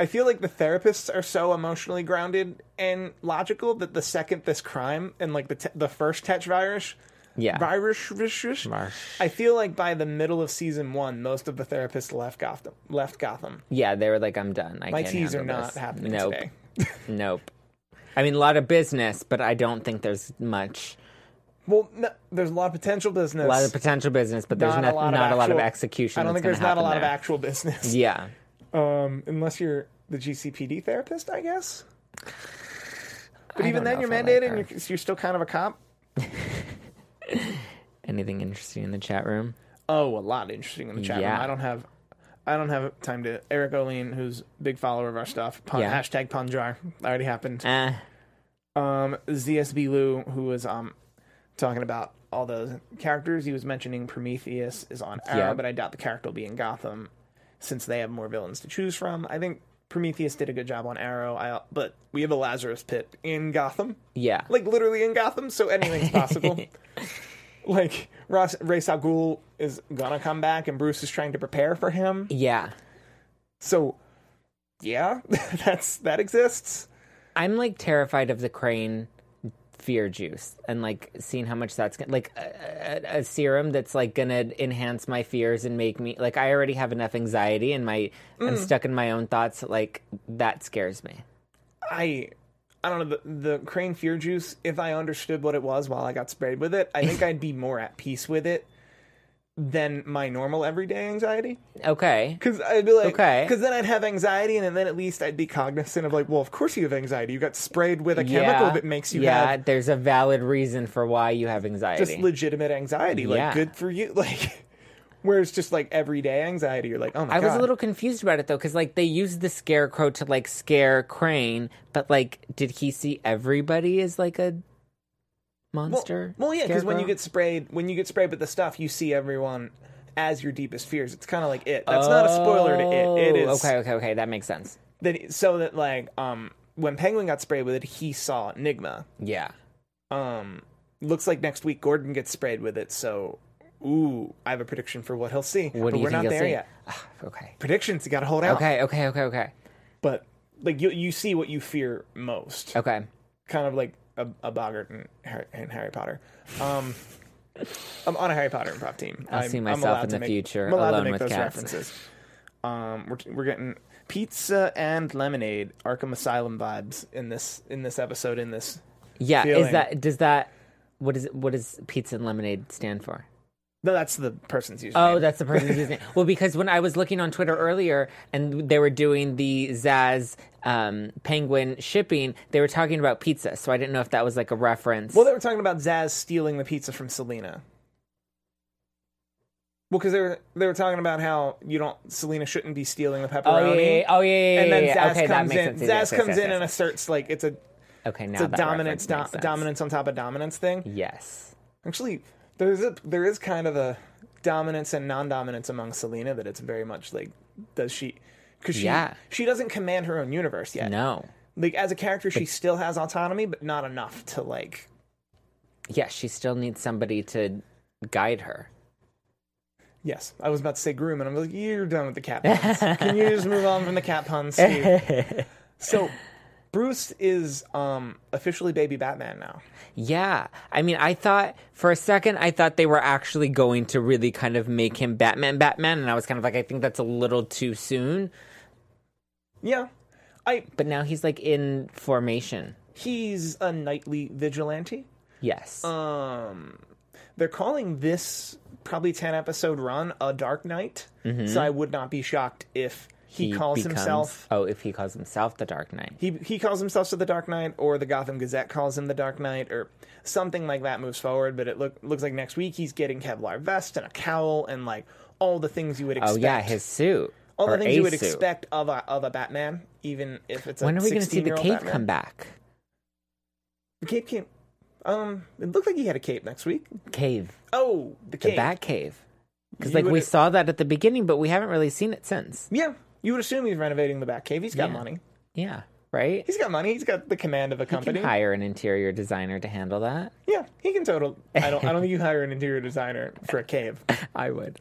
[SPEAKER 2] I feel like the therapists are so emotionally grounded and logical that the second this crime and like the te- the first Tetch virus
[SPEAKER 4] yeah.
[SPEAKER 2] virus, virus, virus- I feel like by the middle of season one, most of the therapists left Gotham. Left Gotham.
[SPEAKER 4] Yeah, they were like, I'm done. I
[SPEAKER 2] My
[SPEAKER 4] can't
[SPEAKER 2] teas are
[SPEAKER 4] handle
[SPEAKER 2] not
[SPEAKER 4] this.
[SPEAKER 2] happening
[SPEAKER 4] nope.
[SPEAKER 2] today.
[SPEAKER 4] nope. I mean, a lot of business, but I don't think there's much.
[SPEAKER 2] Well, no, there's a lot of potential business.
[SPEAKER 4] A lot of potential business, but there's not, not, a, lot
[SPEAKER 2] of actual-
[SPEAKER 4] of execution.
[SPEAKER 2] I don't
[SPEAKER 4] that's
[SPEAKER 2] think there's
[SPEAKER 4] gonna
[SPEAKER 2] not a lot
[SPEAKER 4] happen
[SPEAKER 2] of
[SPEAKER 4] there.
[SPEAKER 2] actual business.
[SPEAKER 4] Yeah.
[SPEAKER 2] Um, unless you're the GCPD therapist, I guess. But
[SPEAKER 4] I
[SPEAKER 2] even
[SPEAKER 4] don't
[SPEAKER 2] then,
[SPEAKER 4] know
[SPEAKER 2] you're
[SPEAKER 4] if I like
[SPEAKER 2] mandated
[SPEAKER 4] her.
[SPEAKER 2] and you're, you're still kind of a cop.
[SPEAKER 4] Anything interesting in the chat room?
[SPEAKER 2] Oh, a lot interesting in the chat room.
[SPEAKER 4] Yeah.
[SPEAKER 2] I don't have, I don't have time to. Eric Oline, who's a big follower of our stuff, pun,
[SPEAKER 4] Yeah.
[SPEAKER 2] hashtag Punjar already happened.
[SPEAKER 4] Eh.
[SPEAKER 2] Um, ZSB Lou, who was um talking about all the characters, he was mentioning Prometheus is on Arrow,
[SPEAKER 4] Yeah.
[SPEAKER 2] but I doubt the character will be in Gotham since they have more villains to choose from. I think Prometheus did a good job on Arrow, I, but we have a Lazarus Pit in Gotham,
[SPEAKER 4] Yeah.
[SPEAKER 2] like literally in Gotham, so anything's possible. like Ross, Ray Ghul is gonna come back, and Bruce is trying to prepare for him.
[SPEAKER 4] yeah.
[SPEAKER 2] So, yeah, that's that exists.
[SPEAKER 4] I'm like terrified of the crane fear juice and like seeing how much that's gonna like a, a, a serum that's like gonna enhance my fears and make me like I already have enough anxiety and my I'm
[SPEAKER 2] Mm.
[SPEAKER 4] stuck in my own thoughts like that scares me.
[SPEAKER 2] I I don't know the, the crane fear juice. If I understood what it was while I got sprayed with it, I think I'd be more at peace with it than my normal everyday anxiety.
[SPEAKER 4] Okay.
[SPEAKER 2] Because I'd be like,
[SPEAKER 4] Okay.
[SPEAKER 2] Because then I'd have anxiety, and then at least I'd be cognizant of like, well, of course you have anxiety. You got sprayed with a chemical that makes you
[SPEAKER 4] Yeah,
[SPEAKER 2] have
[SPEAKER 4] there's a valid reason for why you have anxiety.
[SPEAKER 2] just legitimate anxiety. Like,
[SPEAKER 4] Yeah.
[SPEAKER 2] good for you. Like, Where it's just like everyday anxiety. You're like, oh my
[SPEAKER 4] I
[SPEAKER 2] god.
[SPEAKER 4] was a little confused about it though, because like they used the scarecrow to like scare Crane, but like, did he see everybody as like a
[SPEAKER 2] well,
[SPEAKER 4] monster?
[SPEAKER 2] well, yeah, because when you
[SPEAKER 4] Scarecrow?
[SPEAKER 2] get sprayed, when you get sprayed with the stuff, you see everyone as your deepest fears. It's kind of like it. That's not a spoiler to it. It
[SPEAKER 4] Oh,
[SPEAKER 2] is
[SPEAKER 4] okay, okay, okay. That makes sense.
[SPEAKER 2] that so that like um when Penguin got sprayed with it, he saw Enigma.
[SPEAKER 4] Yeah.
[SPEAKER 2] Um, looks like next week Gordon gets sprayed with it. So, ooh, I have a prediction for what he'll see. but
[SPEAKER 4] What do you
[SPEAKER 2] we're
[SPEAKER 4] think
[SPEAKER 2] not
[SPEAKER 4] you'll
[SPEAKER 2] there
[SPEAKER 4] see?
[SPEAKER 2] yet.
[SPEAKER 4] Ah, okay.
[SPEAKER 2] Predictions, you gotta hold out.
[SPEAKER 4] Okay, okay, okay, okay.
[SPEAKER 2] But like you, you see what you fear most.
[SPEAKER 4] Okay.
[SPEAKER 2] Kind of like a, a Boggart and Harry, and Harry Potter. Um, I'm on a Harry Potter improv team.
[SPEAKER 4] I'll
[SPEAKER 2] I'm-
[SPEAKER 4] see
[SPEAKER 2] I'm
[SPEAKER 4] myself
[SPEAKER 2] allowed
[SPEAKER 4] in
[SPEAKER 2] to
[SPEAKER 4] the
[SPEAKER 2] make-
[SPEAKER 4] future
[SPEAKER 2] I'm allowed
[SPEAKER 4] alone
[SPEAKER 2] to make
[SPEAKER 4] with
[SPEAKER 2] those
[SPEAKER 4] cats.
[SPEAKER 2] references. Um, we're we're getting pizza and lemonade, Arkham Asylum vibes in this in this episode. In this,
[SPEAKER 4] Yeah.
[SPEAKER 2] Feeling.
[SPEAKER 4] Is that does that what is what does pizza and lemonade stand for?
[SPEAKER 2] no, that's the person's username.
[SPEAKER 4] Oh, that's the person's username. Well, because when I was looking on Twitter earlier and they were doing the Zaz um, Penguin shipping, they were talking about pizza, so I didn't know if that was like a reference.
[SPEAKER 2] Well, they were talking about Zaz stealing the pizza from Selena. Well, because they were they were talking about how you don't Selena shouldn't be stealing the pepperoni.
[SPEAKER 4] oh yeah, yeah, oh yeah, yeah, yeah,
[SPEAKER 2] and then
[SPEAKER 4] yeah,
[SPEAKER 2] Zaz
[SPEAKER 4] okay, that
[SPEAKER 2] comes
[SPEAKER 4] makes
[SPEAKER 2] in.
[SPEAKER 4] sense.
[SPEAKER 2] Zaz
[SPEAKER 4] Yes, yes,
[SPEAKER 2] comes
[SPEAKER 4] yes,
[SPEAKER 2] in
[SPEAKER 4] yes.
[SPEAKER 2] and asserts like it's a
[SPEAKER 4] okay, now
[SPEAKER 2] it's a
[SPEAKER 4] that
[SPEAKER 2] dominance
[SPEAKER 4] reference
[SPEAKER 2] do-
[SPEAKER 4] makes sense.
[SPEAKER 2] dominance on top of dominance thing.
[SPEAKER 4] Yes.
[SPEAKER 2] Actually, there is a there is kind of a dominance and non-dominance among Selena that it's very much like does she because she
[SPEAKER 4] Yeah.
[SPEAKER 2] she doesn't command her own universe yet.
[SPEAKER 4] No.
[SPEAKER 2] Like as a character, she still has autonomy, but not enough to like
[SPEAKER 4] Yeah, she still needs somebody to guide her.
[SPEAKER 2] Yes, I was about to say groom, and I'm like, you're done with the cat puns. Can you just move on from the cat puns? Steve?" so, Bruce is um, officially baby Batman now.
[SPEAKER 4] Yeah. I mean, I thought for a second, I thought they were actually going to really kind of make him Batman, Batman. And I was kind of like, I think that's a little too soon.
[SPEAKER 2] Yeah, I
[SPEAKER 4] But now he's like in formation.
[SPEAKER 2] he's a nightly vigilante.
[SPEAKER 4] Yes.
[SPEAKER 2] Um, they're calling this probably ten episode run a Dark Knight, so I would not be shocked if he, calls
[SPEAKER 4] Mm-hmm. becomes-
[SPEAKER 2] himself.
[SPEAKER 4] Oh, if he calls himself the Dark Knight.
[SPEAKER 2] He, he calls himself to the Dark Knight, or the Gotham Gazette calls him the Dark Knight, or something like that moves forward. But it look, looks like next week he's getting Kevlar vest and a cowl and like all the things you would
[SPEAKER 4] oh,
[SPEAKER 2] expect.
[SPEAKER 4] yeah, his suit.
[SPEAKER 2] all the
[SPEAKER 4] or
[SPEAKER 2] things
[SPEAKER 4] a
[SPEAKER 2] you would
[SPEAKER 4] suit.
[SPEAKER 2] expect of a of a Batman, even if it's a
[SPEAKER 4] When are we
[SPEAKER 2] going to
[SPEAKER 4] see the cape come back?
[SPEAKER 2] The cape came. Um, it looked like he had a cape next week.
[SPEAKER 4] Cave.
[SPEAKER 2] Oh, the
[SPEAKER 4] The
[SPEAKER 2] cape.
[SPEAKER 4] Bat Cave. Because,
[SPEAKER 2] You
[SPEAKER 4] like, we
[SPEAKER 2] would-
[SPEAKER 4] saw that at the beginning, but we haven't really seen it since.
[SPEAKER 2] Yeah, you would assume he's renovating the Bat Cave. He's got
[SPEAKER 4] Yeah.
[SPEAKER 2] money.
[SPEAKER 4] Yeah. Right?
[SPEAKER 2] He's got money. He's got the command of a
[SPEAKER 4] You can
[SPEAKER 2] company.
[SPEAKER 4] hire an interior designer to handle that.
[SPEAKER 2] yeah, he can total. I don't. I don't think you hire an interior designer for a cave.
[SPEAKER 4] I would.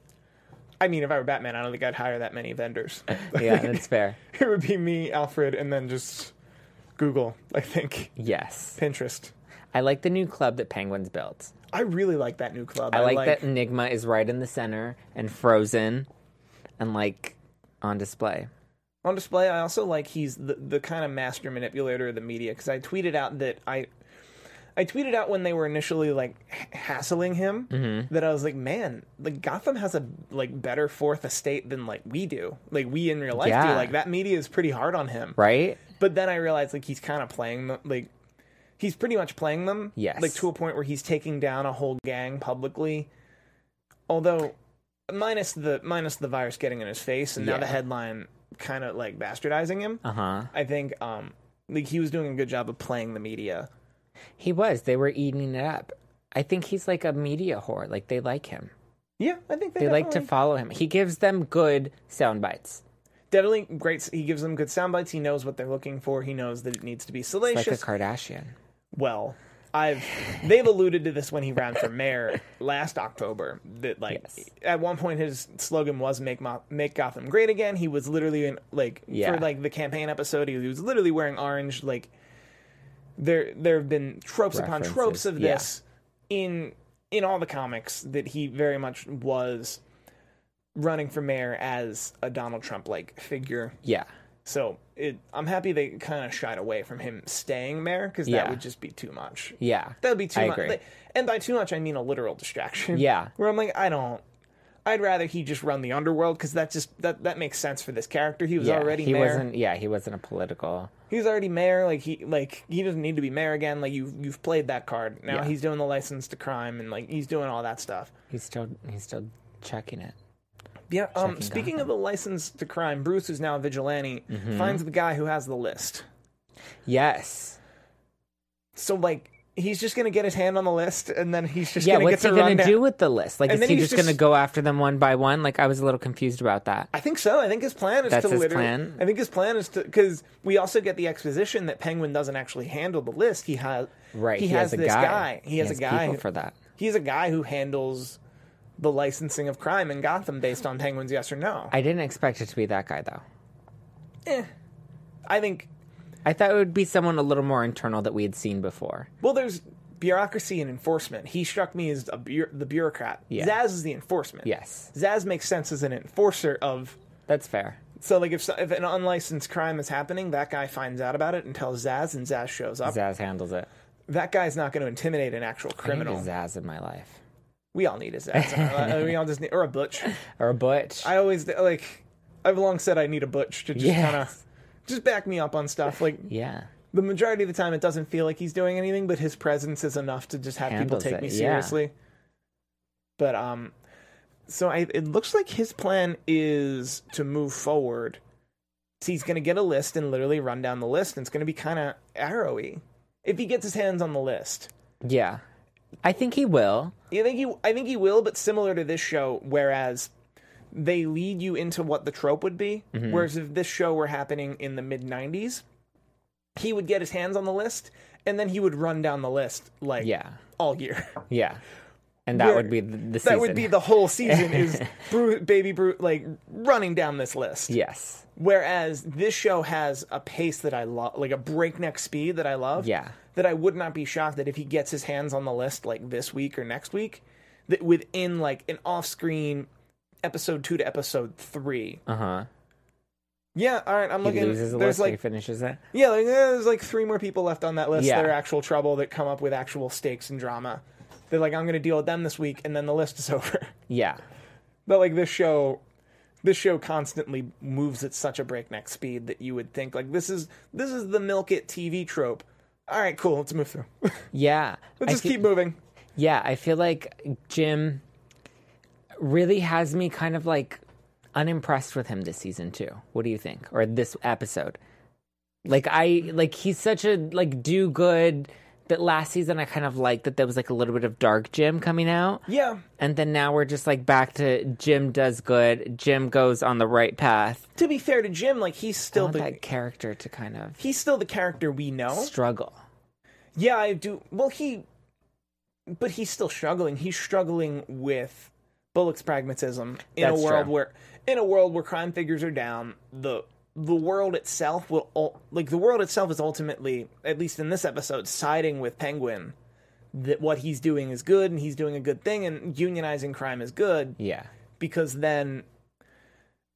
[SPEAKER 2] I mean, if I were Batman, I don't think I'd hire that many vendors.
[SPEAKER 4] Yeah, that's fair.
[SPEAKER 2] it would be me, Alfred, and then just Google, I think,
[SPEAKER 4] Yes.
[SPEAKER 2] Pinterest.
[SPEAKER 4] I like the new club that Penguins built.
[SPEAKER 2] I really like that new club.
[SPEAKER 4] I like, that Enigma is right in the center and frozen and like on display.
[SPEAKER 2] on display. I also like he's the, the kind of master manipulator of the media because I tweeted out that I. I tweeted out when they were initially like h- hassling him that I was like, man, like Gotham has a like better fourth estate than like we do, like we in real life do.
[SPEAKER 4] Yeah.
[SPEAKER 2] Like that media is pretty hard on him,
[SPEAKER 4] Right?
[SPEAKER 2] But then I realized like he's kind of playing them like he's pretty much playing them.
[SPEAKER 4] Yes.
[SPEAKER 2] Like to a point where he's taking down a whole gang publicly. Although minus the minus the virus getting in his face and now the
[SPEAKER 4] Yeah.
[SPEAKER 2] headline kind of like bastardizing him.
[SPEAKER 4] Uh huh.
[SPEAKER 2] I think um like he was doing a good job of playing the media.
[SPEAKER 4] He was. They were eating it up. I think he's like a media whore. Like they like him.
[SPEAKER 2] Yeah, I think they,
[SPEAKER 4] They like to
[SPEAKER 2] definitely-
[SPEAKER 4] follow him. He gives them good sound bites.
[SPEAKER 2] definitely great. He gives them good sound bites. He knows what they're looking for. He knows that it needs to be salacious.
[SPEAKER 4] Like a Kardashian.
[SPEAKER 2] well i've they've alluded to this when he ran for mayor last october that like
[SPEAKER 4] Yes.
[SPEAKER 2] at one point his slogan was make Mo- make gotham great again he was literally in like
[SPEAKER 4] Yeah.
[SPEAKER 2] for like the campaign episode he was literally wearing orange like there there have been tropes upon
[SPEAKER 4] References,
[SPEAKER 2] tropes of
[SPEAKER 4] yeah.
[SPEAKER 2] this in in all the comics that he very much was running for mayor as a Donald Trump like figure
[SPEAKER 4] Yeah.
[SPEAKER 2] so it, I'm happy they kind of shied away from him staying there because that
[SPEAKER 4] Yeah.
[SPEAKER 2] would just be too much.
[SPEAKER 4] Yeah.
[SPEAKER 2] That would be too
[SPEAKER 4] I
[SPEAKER 2] much.
[SPEAKER 4] agree.
[SPEAKER 2] Like, And by too much, I mean a literal distraction.
[SPEAKER 4] Yeah.
[SPEAKER 2] Where I'm like, I don't. I'd rather he just run the underworld because that just that that makes sense for this character. He was
[SPEAKER 4] yeah.
[SPEAKER 2] already
[SPEAKER 4] he
[SPEAKER 2] mayor.
[SPEAKER 4] wasn't yeah, he wasn't a political
[SPEAKER 2] He was already mayor. Like he like he doesn't need to be mayor again. Like you you've played that card. Now
[SPEAKER 4] Yeah.
[SPEAKER 2] he's doing the license to crime and like he's doing all that stuff.
[SPEAKER 4] he's still he's still checking it.
[SPEAKER 2] Yeah. Um, speaking of the license to crime, Bruce, who's now a vigilante,
[SPEAKER 4] Mm-hmm.
[SPEAKER 2] finds the guy who has the list.
[SPEAKER 4] Yes.
[SPEAKER 2] So like, he's just gonna get his hand on the list, and then he's just
[SPEAKER 4] Yeah,
[SPEAKER 2] gonna
[SPEAKER 4] what's
[SPEAKER 2] get
[SPEAKER 4] he
[SPEAKER 2] to
[SPEAKER 4] gonna
[SPEAKER 2] run down-
[SPEAKER 4] do with the list? Like,
[SPEAKER 2] And
[SPEAKER 4] is
[SPEAKER 2] then
[SPEAKER 4] he
[SPEAKER 2] he's
[SPEAKER 4] just, gonna
[SPEAKER 2] just-
[SPEAKER 4] go after them one by one? Like, I was a little confused about that.
[SPEAKER 2] I think so. I think his plan is
[SPEAKER 4] That's
[SPEAKER 2] to
[SPEAKER 4] his
[SPEAKER 2] literally.
[SPEAKER 4] plan?
[SPEAKER 2] I think his plan is to because we also get the exposition that Penguin doesn't actually handle the list. He has
[SPEAKER 4] Right.
[SPEAKER 2] He, has, this guy. He has, a guy
[SPEAKER 4] people
[SPEAKER 2] who-
[SPEAKER 4] for that.
[SPEAKER 2] He's a guy who handles the licensing of crime in Gotham based on Penguin's yes or no. I,
[SPEAKER 4] I didn't expect it to be that guy though.
[SPEAKER 2] think.
[SPEAKER 4] I thought it would be someone a little more internal that we had seen before.
[SPEAKER 2] Well, there's bureaucracy and enforcement. He struck me as a bu- the bureaucrat.
[SPEAKER 4] Yeah.
[SPEAKER 2] Zaz is the enforcement.
[SPEAKER 4] Yes.
[SPEAKER 2] Zaz makes sense as an enforcer of
[SPEAKER 4] That's fair.
[SPEAKER 2] So like if so- if an unlicensed crime is happening, that guy finds out about it and tells Zaz, and Zaz shows up.
[SPEAKER 4] Zaz handles it.
[SPEAKER 2] That guy's not going to intimidate an actual
[SPEAKER 4] I
[SPEAKER 2] criminal.
[SPEAKER 4] need a Zaz in my life.
[SPEAKER 2] We all need a Zaz. in our li- we all just need or a butch.
[SPEAKER 4] Or a Butch.
[SPEAKER 2] I always like. I've long said I need a butch to just
[SPEAKER 4] Yes.
[SPEAKER 2] kind of just back me up on stuff. Like
[SPEAKER 4] yeah.
[SPEAKER 2] the majority of the time, it doesn't feel like he's doing anything, but his presence is enough to just have
[SPEAKER 4] Handles
[SPEAKER 2] people take
[SPEAKER 4] it,
[SPEAKER 2] me
[SPEAKER 4] yeah.
[SPEAKER 2] seriously. But um, so I it looks like his plan is to move forward. So he's gonna get a list and literally run down the list, and it's gonna be kind of arrowy if he gets his hands on the list.
[SPEAKER 4] Yeah. I think he will.
[SPEAKER 2] You think he? I think he will, but similar to this show, whereas they lead you into what the trope would be.
[SPEAKER 4] Mm-hmm.
[SPEAKER 2] Whereas if this show were happening in the mid '90s, he would get his hands on the list, and then he would run down the list like
[SPEAKER 4] Yeah.
[SPEAKER 2] all year.
[SPEAKER 4] Yeah. And that
[SPEAKER 2] Where-
[SPEAKER 4] would be the, the season.
[SPEAKER 2] That would be the whole season is Bru baby Bru like running down this list.
[SPEAKER 4] Yes.
[SPEAKER 2] Whereas this show has a pace that I love, like a breakneck speed that I love.
[SPEAKER 4] Yeah.
[SPEAKER 2] That I would not be shocked that if he gets his hands on the list like this week or next week, that within like an off screen episode two to episode three.
[SPEAKER 4] Uh huh.
[SPEAKER 2] Yeah, all right, I'm
[SPEAKER 4] He
[SPEAKER 2] looking.
[SPEAKER 4] loses the
[SPEAKER 2] there's
[SPEAKER 4] list and he
[SPEAKER 2] like,
[SPEAKER 4] finishes it.
[SPEAKER 2] yeah, like, eh, there's like three more people left on that list
[SPEAKER 4] Yeah.
[SPEAKER 2] that are actual trouble that come up with actual stakes and drama. They're like, I'm going to deal with them this week, and then the list is over.
[SPEAKER 4] Yeah.
[SPEAKER 2] but like this show this show constantly moves at such a breakneck speed that you would think like this is this is the milk it tv trope all right cool let's move through
[SPEAKER 4] Yeah.
[SPEAKER 2] let's
[SPEAKER 4] I
[SPEAKER 2] just
[SPEAKER 4] fe-
[SPEAKER 2] keep moving
[SPEAKER 4] Yeah, I feel like Jim really has me kind of like unimpressed with him this season too. What do you think? Or this episode? Like I like he's such a like do good that last season I kind of liked that there was like a little bit of dark Jim coming out.
[SPEAKER 2] yeah
[SPEAKER 4] And then now we're just like back to Jim does good, Jim goes on the right path.
[SPEAKER 2] to be fair to jim like he's
[SPEAKER 4] I
[SPEAKER 2] still
[SPEAKER 4] want
[SPEAKER 2] the
[SPEAKER 4] that character to kind of
[SPEAKER 2] he's still the character we know
[SPEAKER 4] struggle.
[SPEAKER 2] yeah i do well he but he's still struggling he's struggling with bullock's pragmatism in
[SPEAKER 4] That's
[SPEAKER 2] a world
[SPEAKER 4] true.
[SPEAKER 2] where in a world where crime figures are down the the world itself will ul- like the world itself is ultimately at least in this episode siding with penguin that what he's doing is good and he's doing a good thing and unionizing crime is good
[SPEAKER 4] Yeah.
[SPEAKER 2] because then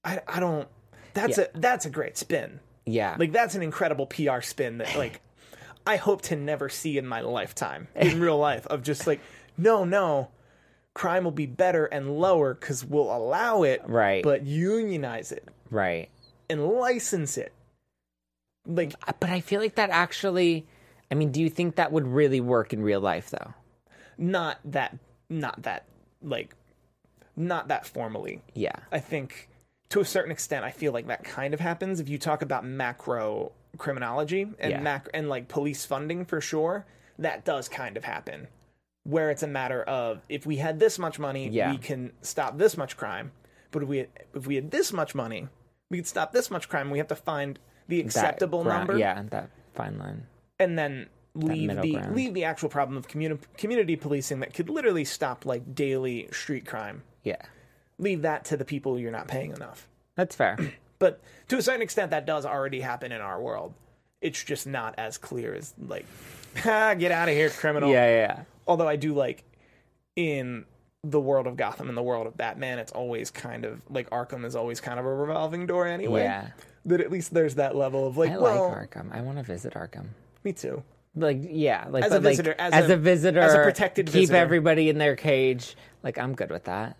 [SPEAKER 2] i, I don't that's a that's a great spin
[SPEAKER 4] Yeah.
[SPEAKER 2] like that's an incredible PR spin that like I hope to never see in my lifetime in real life of just like no no crime will be better and lower cuz we'll allow it
[SPEAKER 4] Right.
[SPEAKER 2] but unionize it
[SPEAKER 4] right.
[SPEAKER 2] and license it like
[SPEAKER 4] But I feel like that actually I mean, do you think that would really work in real life though?
[SPEAKER 2] not that not that like not that formally
[SPEAKER 4] Yeah.
[SPEAKER 2] I think to a certain extent, I feel like that kind of happens if you talk about macro criminology and
[SPEAKER 4] Yeah.
[SPEAKER 2] mac and like police funding for sure. That does kind of happen, where it's a matter of if we had this much money,
[SPEAKER 4] Yeah.
[SPEAKER 2] we can stop this much crime. But if we if we had this much money, we could stop this much crime. We have to find the
[SPEAKER 4] That
[SPEAKER 2] acceptable
[SPEAKER 4] ground-
[SPEAKER 2] number,
[SPEAKER 4] Yeah, that fine line.
[SPEAKER 2] and then leave
[SPEAKER 4] middle
[SPEAKER 2] the
[SPEAKER 4] ground.
[SPEAKER 2] leave the actual problem of communi- community policing that could literally stop like daily street crime.
[SPEAKER 4] Yeah.
[SPEAKER 2] Leave that to the people you're not paying enough.
[SPEAKER 4] That's fair.
[SPEAKER 2] But to a certain extent, that does already happen in our world. It's just not as clear as like, ha, get out of here, criminal.
[SPEAKER 4] yeah, yeah,
[SPEAKER 2] Although I do like in the world of Gotham and the world of Batman, it's always kind of like Arkham is always kind of a revolving door
[SPEAKER 4] yeah.
[SPEAKER 2] anyway.
[SPEAKER 4] Yeah.
[SPEAKER 2] That at least there's that level of like,
[SPEAKER 4] I
[SPEAKER 2] well,
[SPEAKER 4] like Arkham. I want to visit Arkham.
[SPEAKER 2] me too.
[SPEAKER 4] Like, yeah, like
[SPEAKER 2] As
[SPEAKER 4] but
[SPEAKER 2] a
[SPEAKER 4] like,
[SPEAKER 2] visitor- as
[SPEAKER 4] as
[SPEAKER 2] a-
[SPEAKER 4] a visitor,
[SPEAKER 2] as a protected
[SPEAKER 4] keep
[SPEAKER 2] visitor.
[SPEAKER 4] everybody in their cage. Like, I'm good with that.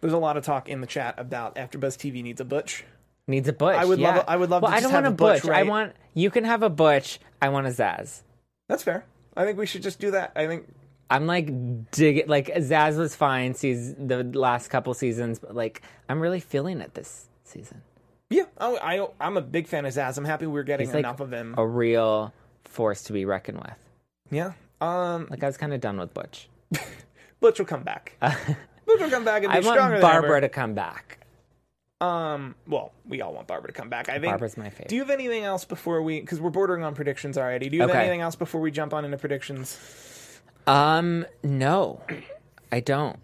[SPEAKER 2] There's a lot of talk in the chat about AfterBuzz TV needs a butch.
[SPEAKER 4] Needs a butch.
[SPEAKER 2] I would love
[SPEAKER 4] yeah.
[SPEAKER 2] a- I would love to
[SPEAKER 4] Well, I
[SPEAKER 2] just
[SPEAKER 4] don't
[SPEAKER 2] have
[SPEAKER 4] want
[SPEAKER 2] a butch,
[SPEAKER 4] I
[SPEAKER 2] right?
[SPEAKER 4] want you can have a butch. I want a zaz.
[SPEAKER 2] That's fair. I think we should just do that. I think
[SPEAKER 4] I'm like digging. Like Zaz was fine. Sees the last couple seasons, but like I'm really feeling it this season.
[SPEAKER 2] Yeah, I, I, I'm a big fan of Zaz. I'm happy we're getting
[SPEAKER 4] He's like
[SPEAKER 2] enough of him.
[SPEAKER 4] a real force to be reckoned with.
[SPEAKER 2] Yeah. Um,
[SPEAKER 4] Like I was kind of done with Butch.
[SPEAKER 2] Butch will come back. Butch will come back and be
[SPEAKER 4] I
[SPEAKER 2] stronger
[SPEAKER 4] want
[SPEAKER 2] than
[SPEAKER 4] Barbara
[SPEAKER 2] ever.
[SPEAKER 4] to come back.
[SPEAKER 2] Um, well, we all want Barbara to come back. I think
[SPEAKER 4] Barbara's my favorite.
[SPEAKER 2] Do you have anything else before we? Because we're bordering on predictions already. Do you have
[SPEAKER 4] Okay.
[SPEAKER 2] anything else before we jump on into predictions?
[SPEAKER 4] Um, no, I don't.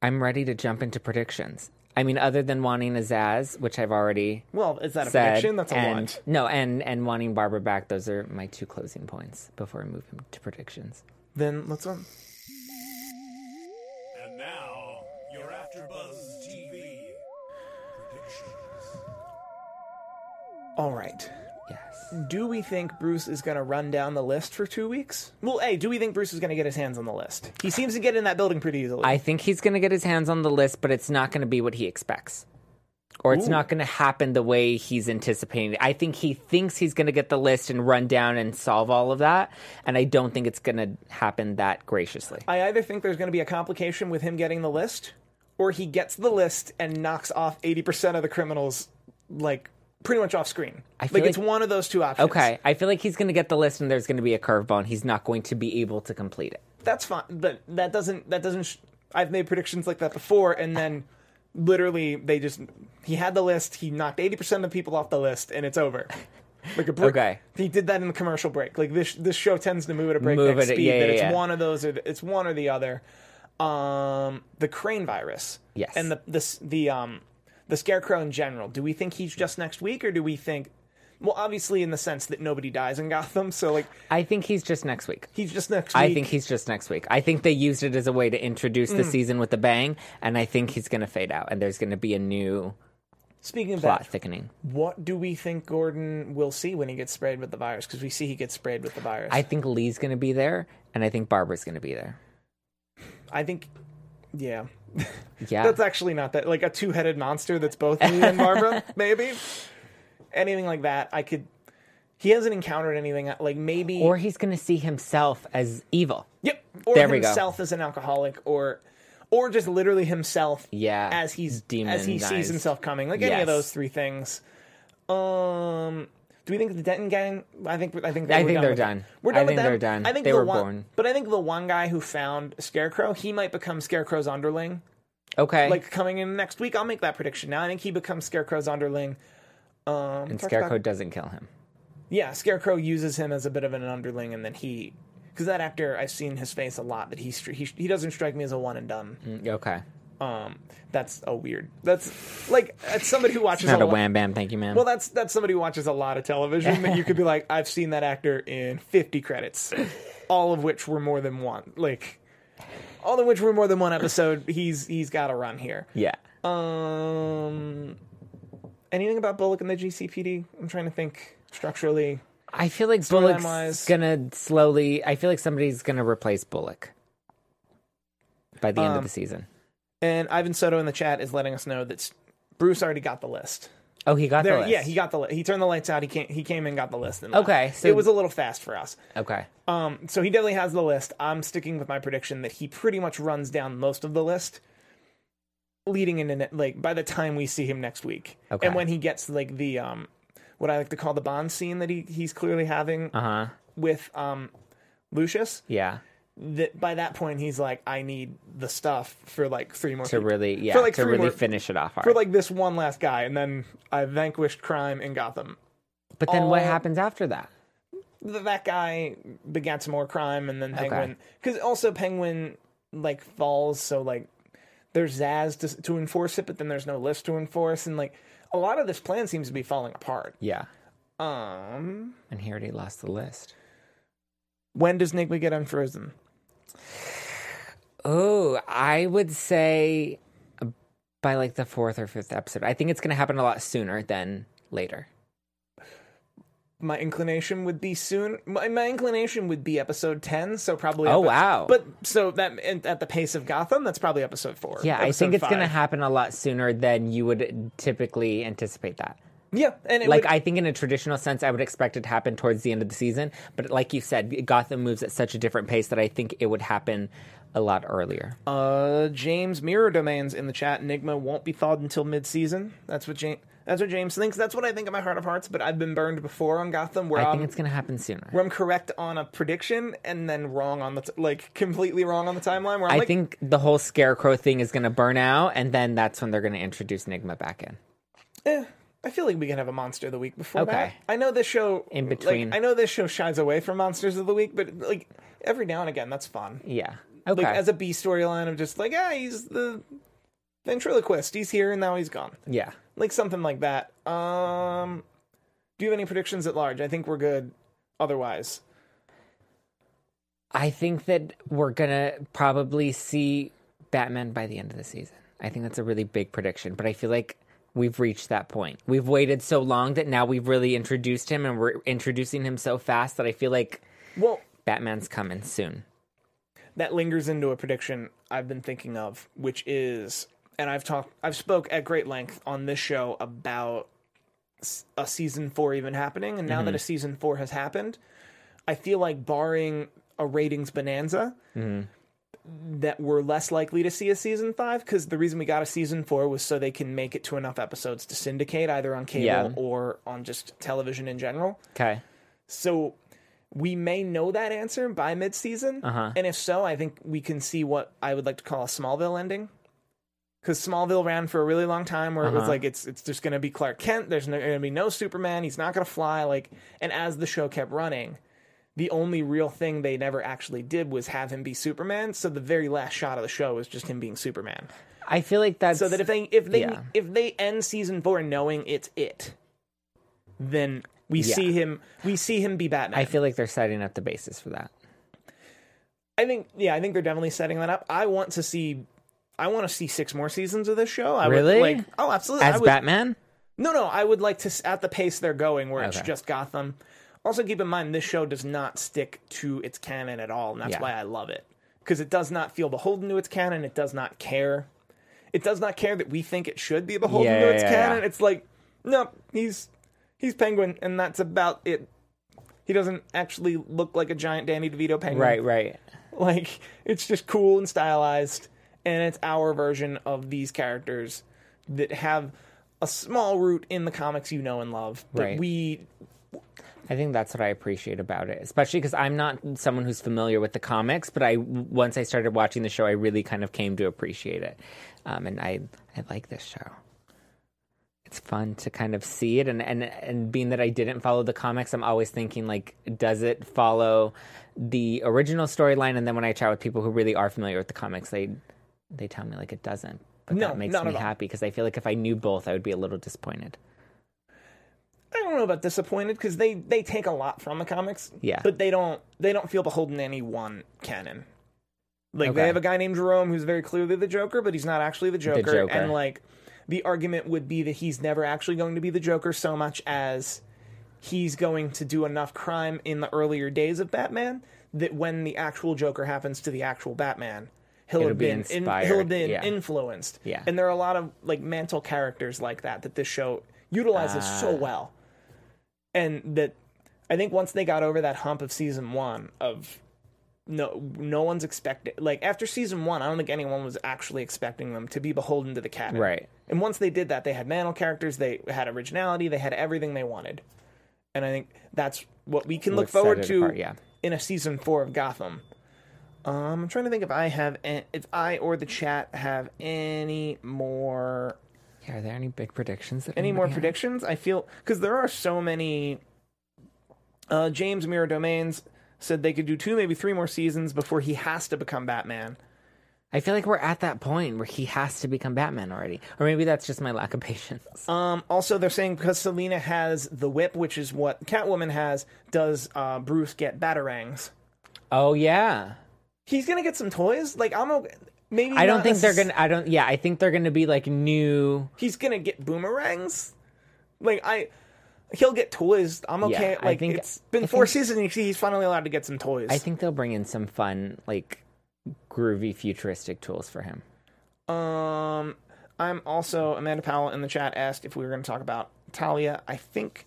[SPEAKER 4] I'm ready to jump into predictions. I mean, other than wanting a Zaz, which I've already
[SPEAKER 2] Well, is that a
[SPEAKER 4] said,
[SPEAKER 2] prediction? That's a
[SPEAKER 4] and,
[SPEAKER 2] want.
[SPEAKER 4] No, and and wanting Barbara back. Those are my two closing points before I move into predictions.
[SPEAKER 2] Then let's um,
[SPEAKER 3] And now, your AfterBuzz TV predictions.
[SPEAKER 2] All right.
[SPEAKER 4] Yes.
[SPEAKER 2] Do we think Bruce is going to run down the list for two weeks? Well, A, do we think Bruce is going to get his hands on the list? He seems to get in that building pretty easily.
[SPEAKER 4] I think he's going to get his hands on the list, but it's not going to be what he expects. Or it's not going to happen the way he's anticipating. I think he thinks he's going to get the list and run down and solve all of that. And I don't think it's going to happen that graciously.
[SPEAKER 2] I either think there's going to be a complication with him getting the list, or he gets the list and knocks off 80% of the criminals, like, pretty much off screen.
[SPEAKER 4] I feel
[SPEAKER 2] like it's
[SPEAKER 4] like-
[SPEAKER 2] one of those two options.
[SPEAKER 4] Okay. I feel like he's going to get the list and there's going to be a curveball and he's not going to be able to complete it.
[SPEAKER 2] that's fine but that doesn't that doesn't sh- i've made predictions like that before and then literally they just he had the list he knocked 80% of the people off the list and it's over like a break
[SPEAKER 4] Okay.
[SPEAKER 2] he did that in the commercial break like this this show tends to move at a breakneck
[SPEAKER 4] Move it-
[SPEAKER 2] speed
[SPEAKER 4] yeah,
[SPEAKER 2] that
[SPEAKER 4] yeah,
[SPEAKER 2] it's
[SPEAKER 4] yeah.
[SPEAKER 2] one of those or the, it's one or the other um the crane virus
[SPEAKER 4] Yes.
[SPEAKER 2] and the this the um the scarecrow in general do we think he's just next week or do we think well obviously in the sense that nobody dies in gotham so like
[SPEAKER 4] I think he's just next week.
[SPEAKER 2] he's just next week
[SPEAKER 4] I think he's just next week. I think they used it as a way to introduce the season with a bang. And I think he's going to fade out and there's going to be a new
[SPEAKER 2] speaking of
[SPEAKER 4] plot
[SPEAKER 2] that
[SPEAKER 4] thickening.
[SPEAKER 2] What do we think Gordon will see when he gets sprayed with the virus? Because we see he gets sprayed with the virus.
[SPEAKER 4] I think Lee's going to be there, and I think Barbara's going to be there.
[SPEAKER 2] I think, yeah,
[SPEAKER 4] Yeah.
[SPEAKER 2] that's actually not that like a two-headed monster that's both Lee and Barbara, maybe anything like that. I could. He hasn't encountered anything like maybe.
[SPEAKER 4] or he's going to see himself as evil.
[SPEAKER 2] yep. Or
[SPEAKER 4] There we go.
[SPEAKER 2] himself as an alcoholic, or or just literally himself.
[SPEAKER 4] Yeah,
[SPEAKER 2] As he's as he sees
[SPEAKER 4] demonized.
[SPEAKER 2] himself coming, like any of
[SPEAKER 4] Yes.
[SPEAKER 2] those three things. Um. Do we think the Denton gang? I think I think
[SPEAKER 4] I
[SPEAKER 2] we're
[SPEAKER 4] think they're
[SPEAKER 2] with them.
[SPEAKER 4] done.
[SPEAKER 2] We're
[SPEAKER 4] I
[SPEAKER 2] done with them.
[SPEAKER 4] think they're done.
[SPEAKER 2] I think
[SPEAKER 4] They
[SPEAKER 2] the
[SPEAKER 4] were
[SPEAKER 2] one,
[SPEAKER 4] born.
[SPEAKER 2] But I think the one guy who found Scarecrow, he might become Scarecrow's underling.
[SPEAKER 4] Okay.
[SPEAKER 2] Like coming in next week, I'll make that prediction now. I think he becomes Scarecrow's underling. Um,
[SPEAKER 4] and
[SPEAKER 2] talked
[SPEAKER 4] Scarecrow
[SPEAKER 2] about-
[SPEAKER 4] doesn't kill him.
[SPEAKER 2] yeah, Scarecrow uses him as a bit of an underling, and then he, because that actor, I've seen his face a lot. That he str- he he doesn't strike me as a one and done.
[SPEAKER 4] Mm, Okay.
[SPEAKER 2] Um, that's a weird. That's like that's somebody who watches
[SPEAKER 4] Not
[SPEAKER 2] a
[SPEAKER 4] a
[SPEAKER 2] lot-
[SPEAKER 4] wham bam, thank you, ma'am.
[SPEAKER 2] Well, that's that's somebody who watches a lot of television that you could be like, I've seen that actor in fifty credits, all of which were more than one. Like, all of which were more than one episode. He's he's got to run here.
[SPEAKER 4] yeah.
[SPEAKER 2] Um, anything about Bullock and the GCPD? I'm trying to think structurally.
[SPEAKER 4] I feel like
[SPEAKER 2] storyline
[SPEAKER 4] Bullock's
[SPEAKER 2] wise-
[SPEAKER 4] going to slowly. I feel like somebody's going to replace Bullock by the end
[SPEAKER 2] Um,
[SPEAKER 4] of the season.
[SPEAKER 2] And Ivan Soto in the chat is letting us know that s- Bruce already got the list.
[SPEAKER 4] Oh, he got the
[SPEAKER 2] There,
[SPEAKER 4] list.
[SPEAKER 2] yeah, he got the li- he turned the lights out. He came he came and got the list. And
[SPEAKER 4] Okay,
[SPEAKER 2] left.
[SPEAKER 4] so-
[SPEAKER 2] it was a little fast for us.
[SPEAKER 4] Okay.
[SPEAKER 2] Um, so he definitely has the list. I'm sticking with my prediction that he pretty much runs down most of the list, leading into ne- like by the time we see him next week,
[SPEAKER 4] Okay.
[SPEAKER 2] and when he gets like the um, what I like to call the bond scene that he he's clearly having
[SPEAKER 4] Uh huh.
[SPEAKER 2] with um, Lucius.
[SPEAKER 4] Yeah.
[SPEAKER 2] That by that point he's like, I need the stuff for like three more
[SPEAKER 4] To
[SPEAKER 2] people.
[SPEAKER 4] really, yeah,
[SPEAKER 2] for like
[SPEAKER 4] to
[SPEAKER 2] three
[SPEAKER 4] really
[SPEAKER 2] more,
[SPEAKER 4] finish it off. hard.
[SPEAKER 2] for like this one last guy, and then I vanquished crime in Gotham.
[SPEAKER 4] but then what
[SPEAKER 2] all-
[SPEAKER 4] happens after that?
[SPEAKER 2] th- that guy begat some more crime, and then Penguin because also Penguin like falls, so like there's Zaz to, to enforce it, but then there's no list to enforce, and like a lot of this plan seems to be falling apart.
[SPEAKER 4] Yeah.
[SPEAKER 2] Um,
[SPEAKER 4] And he already lost the list.
[SPEAKER 2] when does Nigma get unfrozen?
[SPEAKER 4] Oh, I would say by like the fourth or fifth episode. I think it's going to happen a lot sooner than later.
[SPEAKER 2] My inclination would be soon. My, my inclination would be episode ten, so probably.
[SPEAKER 4] Oh, wow.
[SPEAKER 2] But so that and at the pace of Gotham, that's probably episode four.
[SPEAKER 4] Yeah, I
[SPEAKER 2] episode
[SPEAKER 4] think it's going to
[SPEAKER 2] five.
[SPEAKER 4] happen a lot sooner than you would typically anticipate that.
[SPEAKER 2] Yeah, and it
[SPEAKER 4] Like
[SPEAKER 2] would-
[SPEAKER 4] I think in a traditional sense, I would expect it to happen towards the end of the season. But like you said, Gotham moves at such a different pace that I think it would happen a lot earlier.
[SPEAKER 2] Uh, James Mirror Domains in the chat. Enigma won't be thawed until mid-season. That's what James. That's what James thinks. That's what I think in my heart of hearts. But I've been burned before on Gotham, where
[SPEAKER 4] I
[SPEAKER 2] I'm,
[SPEAKER 4] think it's going to happen sooner.
[SPEAKER 2] where I'm correct on a prediction and then wrong on the t- like completely wrong on the timeline. Where I'm
[SPEAKER 4] I
[SPEAKER 2] like,
[SPEAKER 4] think the whole scarecrow thing is going to burn out, and then that's when they're going to introduce Nigma back in.
[SPEAKER 2] eh, I feel like we can have a monster of the week before
[SPEAKER 4] Okay.
[SPEAKER 2] that. I know this show
[SPEAKER 4] In
[SPEAKER 2] like,
[SPEAKER 4] between.
[SPEAKER 2] I know this show shies away from monsters of the week, but like every now and again, that's fun.
[SPEAKER 4] Yeah. Okay.
[SPEAKER 2] Like as a B storyline of just like ah, he's the ventriloquist. He's here and now he's gone.
[SPEAKER 4] yeah.
[SPEAKER 2] like something like that. Um, do you have any predictions at large? I think we're good. Otherwise,
[SPEAKER 4] I think that we're going to probably see Batman by the end of the season. I think that's a really big prediction, but I feel like we've reached that point. We've waited so long that now we've really introduced him and we're introducing him so fast that I feel like
[SPEAKER 2] well,
[SPEAKER 4] Batman's coming soon.
[SPEAKER 2] that lingers into a prediction I've been thinking of, which is, and I've talked, I've spoke at great length on this show about s- a season four even happening, and now that a season four has happened, I feel like barring a ratings bonanza. That we're less likely to see a season five because the reason we got a season four was so they can make it to enough episodes to syndicate either on cable
[SPEAKER 4] Yeah.
[SPEAKER 2] or on just television in general.
[SPEAKER 4] Okay.
[SPEAKER 2] So we may know that answer by mid-season,
[SPEAKER 4] Uh-huh.
[SPEAKER 2] and if so, I think we can see what I would like to call a Smallville ending. Because Smallville ran for a really long time, where
[SPEAKER 4] Uh-huh.
[SPEAKER 2] it was like it's it's just going to be Clark Kent. There's no, going to be no Superman. He's not going to fly. Like, and as the show kept running, the only real thing they never actually did was have him be Superman. So the very last shot of the show was just him being Superman.
[SPEAKER 4] I feel like that's
[SPEAKER 2] So that if they if they
[SPEAKER 4] Yeah.
[SPEAKER 2] if they end season four knowing it's it, then we
[SPEAKER 4] Yeah.
[SPEAKER 2] see him we see him be Batman.
[SPEAKER 4] I feel like they're setting up the basis for that.
[SPEAKER 2] I think yeah, I think they're definitely setting that up. I want to see I want to see six more seasons of this show. I
[SPEAKER 4] Really?
[SPEAKER 2] would like oh absolutely. I
[SPEAKER 4] As
[SPEAKER 2] would,
[SPEAKER 4] Batman?
[SPEAKER 2] No, no, I would like to s- at the pace they're going where it's
[SPEAKER 4] Okay.
[SPEAKER 2] just Gotham. Also keep in mind this show does not stick to its canon at all, and that's
[SPEAKER 4] Yeah.
[SPEAKER 2] why I love it. Cuz it does not feel beholden to its canon, it does not care. It does not care that we think it should be beholden
[SPEAKER 4] Yeah,
[SPEAKER 2] to
[SPEAKER 4] yeah,
[SPEAKER 2] its
[SPEAKER 4] yeah,
[SPEAKER 2] canon.
[SPEAKER 4] yeah.
[SPEAKER 2] It's like no, he's he's penguin and that's about it. He doesn't actually look like a giant Danny DeVito penguin.
[SPEAKER 4] Right, right.
[SPEAKER 2] Like it's just cool and stylized, and it's our version of these characters that have a small root in the comics you know and love. But
[SPEAKER 4] Right.
[SPEAKER 2] we
[SPEAKER 4] I think that's what I appreciate about it, especially because I'm not someone who's familiar with the comics, but I once I started watching the show, I really kind of came to appreciate it, um, and I I like this show. It's fun to kind of see it, and and and being that I didn't follow the comics, I'm always thinking like, does it follow the original storyline? And then when I chat with people who really are familiar with the comics, they they tell me like it doesn't. But
[SPEAKER 2] No,
[SPEAKER 4] that makes
[SPEAKER 2] not
[SPEAKER 4] me
[SPEAKER 2] at all.
[SPEAKER 4] happy because I feel like if I knew both, I would be a little disappointed.
[SPEAKER 2] I don't know about disappointed because they they take a lot from the comics.
[SPEAKER 4] Yeah.
[SPEAKER 2] but they don't they don't feel beholden to any one canon. Like they
[SPEAKER 4] Okay.
[SPEAKER 2] have a guy named Jerome who's very clearly the Joker, but he's not actually the Joker.
[SPEAKER 4] Joker.
[SPEAKER 2] And like the argument would be that he's never actually going to be the Joker so much as he's going to do enough crime in the earlier days of Batman that when the actual Joker happens to the actual Batman, he'll
[SPEAKER 4] It'll
[SPEAKER 2] have
[SPEAKER 4] be
[SPEAKER 2] been in,
[SPEAKER 4] inspired,
[SPEAKER 2] he'll have been
[SPEAKER 4] yeah.
[SPEAKER 2] influenced.
[SPEAKER 4] Yeah.
[SPEAKER 2] And there are a lot of like mantle characters like that that this show utilizes
[SPEAKER 4] Ah.
[SPEAKER 2] so well and that I think once they got over that hump of season one of no no one's expected like after season one I don't think anyone was actually expecting them to be beholden to the canon
[SPEAKER 4] Right.
[SPEAKER 2] and once they did that they had mantle characters they had originality they had everything they wanted and I think that's what we can look
[SPEAKER 4] What set
[SPEAKER 2] forward
[SPEAKER 4] it
[SPEAKER 2] to
[SPEAKER 4] apart, yeah.
[SPEAKER 2] in a season four of Gotham. Um, I'm trying to think if I have an- if I or the chat have any more
[SPEAKER 4] Yeah, are there any big predictions? That
[SPEAKER 2] any more
[SPEAKER 4] anybody has?
[SPEAKER 2] predictions? I feel because there are so many. Uh, James Mirror Domains said they could do two, maybe three more seasons before he has to become Batman.
[SPEAKER 4] I feel like we're at that point where he has to become Batman already. Or maybe that's just my lack of patience.
[SPEAKER 2] Um, also, they're saying because Selina has the whip, which is what Catwoman has, does uh, Bruce get batarangs?
[SPEAKER 4] Oh yeah.
[SPEAKER 2] He's gonna get some toys. Like I'm okay. Maybe
[SPEAKER 4] I don't
[SPEAKER 2] not
[SPEAKER 4] think they're
[SPEAKER 2] necess-
[SPEAKER 4] going to I don't yeah, I think they're going to be like new
[SPEAKER 2] He's gonna get boomerangs. Like I. He'll get toys. I'm okay.
[SPEAKER 4] I
[SPEAKER 2] like
[SPEAKER 4] think-
[SPEAKER 2] it's been
[SPEAKER 4] I
[SPEAKER 2] four
[SPEAKER 4] think-
[SPEAKER 2] seasons. and He's finally allowed to get some toys.
[SPEAKER 4] I think they'll bring in some fun like groovy futuristic tools for him.
[SPEAKER 2] Um, I'm also Amanda Powell in the chat asked if we were going to talk about Talia. I think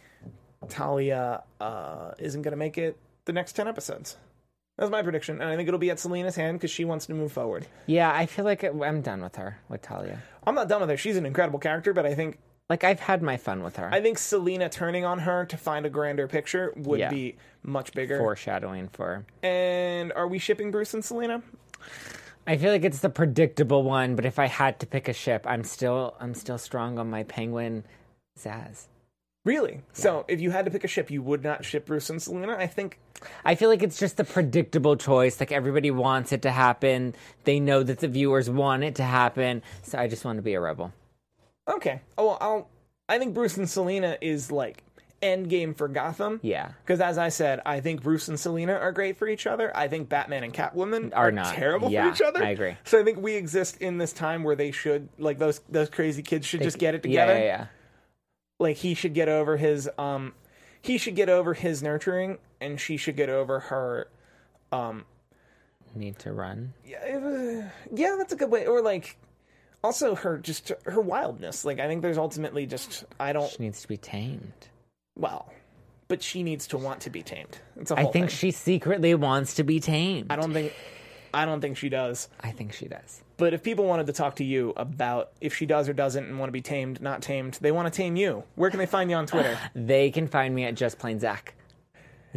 [SPEAKER 2] Talia uh, isn't going to make it the next 10 episodes. That's my prediction. And I think it'll be at Selena's hand because she wants to move forward.
[SPEAKER 4] Yeah, I feel like I'm done with her, with Talia.
[SPEAKER 2] I'm not done with her. She's an incredible character, but I think
[SPEAKER 4] Like I've had my fun with her.
[SPEAKER 2] I think Selena turning on her to find a grander picture would
[SPEAKER 4] Yeah.
[SPEAKER 2] be much bigger.
[SPEAKER 4] Foreshadowing for.
[SPEAKER 2] And are we shipping Bruce and Selena?
[SPEAKER 4] I feel like it's the predictable one, but if I had to pick a ship, I'm still I'm still strong on my penguin Zaz.
[SPEAKER 2] Really? So if you had to pick a ship, you would not ship Bruce and Selena? I think
[SPEAKER 4] I feel like it's just the predictable choice. Like everybody wants it to happen. They know that the viewers want it to happen. So I just want to be a rebel.
[SPEAKER 2] Okay. Oh, well, I'll. I think Bruce and Selena is like end game for Gotham.
[SPEAKER 4] Yeah.
[SPEAKER 2] Because as I said, I think Bruce and Selena are great for each other. I think Batman and Catwoman
[SPEAKER 4] Are
[SPEAKER 2] are,
[SPEAKER 4] not.
[SPEAKER 2] terrible
[SPEAKER 4] Yeah,
[SPEAKER 2] for each other.
[SPEAKER 4] I agree.
[SPEAKER 2] So I think we exist in this time where they should like those those crazy kids should just get it
[SPEAKER 4] Yeah,
[SPEAKER 2] together.
[SPEAKER 4] yeah, yeah.
[SPEAKER 2] Like he should get over his um, he should get over his nurturing, and she should get over her um
[SPEAKER 4] Need to run.
[SPEAKER 2] yeah, it was- yeah, that's a good way. Or like, also her just her wildness. Like I think there's ultimately just I don't
[SPEAKER 4] She needs to be tamed.
[SPEAKER 2] well, but she needs to want to be tamed. It's a
[SPEAKER 4] I
[SPEAKER 2] whole
[SPEAKER 4] think
[SPEAKER 2] thing.
[SPEAKER 4] she secretly wants to be tamed.
[SPEAKER 2] I don't think. I don't think she does.
[SPEAKER 4] I think she does.
[SPEAKER 2] But if people wanted to talk to you about if she does or doesn't and want to be tamed, not tamed, they want to tame you. Where can they find you on Twitter?
[SPEAKER 4] They can find me at just plain Zach.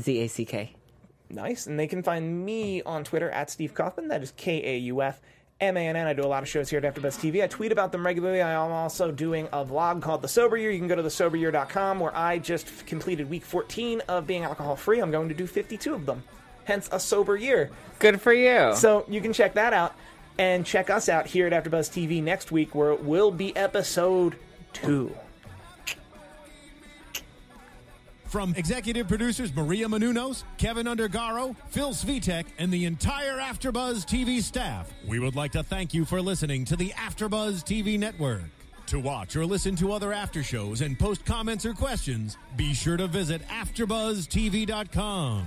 [SPEAKER 4] Z A C K.
[SPEAKER 2] nice. And they can find me on Twitter at Steve Kaufman. That is K A U F M A N N. I do a lot of shows here at AfterBuzz TV. I tweet about them regularly. I am also doing a vlog called The Sober Year. You can go to thesoberyear.com where I just f- completed week 14 of being alcohol free. I'm going to do 52 of them. Hence a sober year.
[SPEAKER 4] Good for you.
[SPEAKER 2] So you can check that out and check us out here at AfterBuzz TV next week, where it will be episode two.
[SPEAKER 3] From executive producers Maria Manunos, Kevin Undergaro, Phil Svitek, and the entire AfterBuzz TV staff, we would like to thank you for listening to the AfterBuzz TV network. To watch or listen to other after shows and post comments or questions, be sure to visit AfterBuzzTV.com.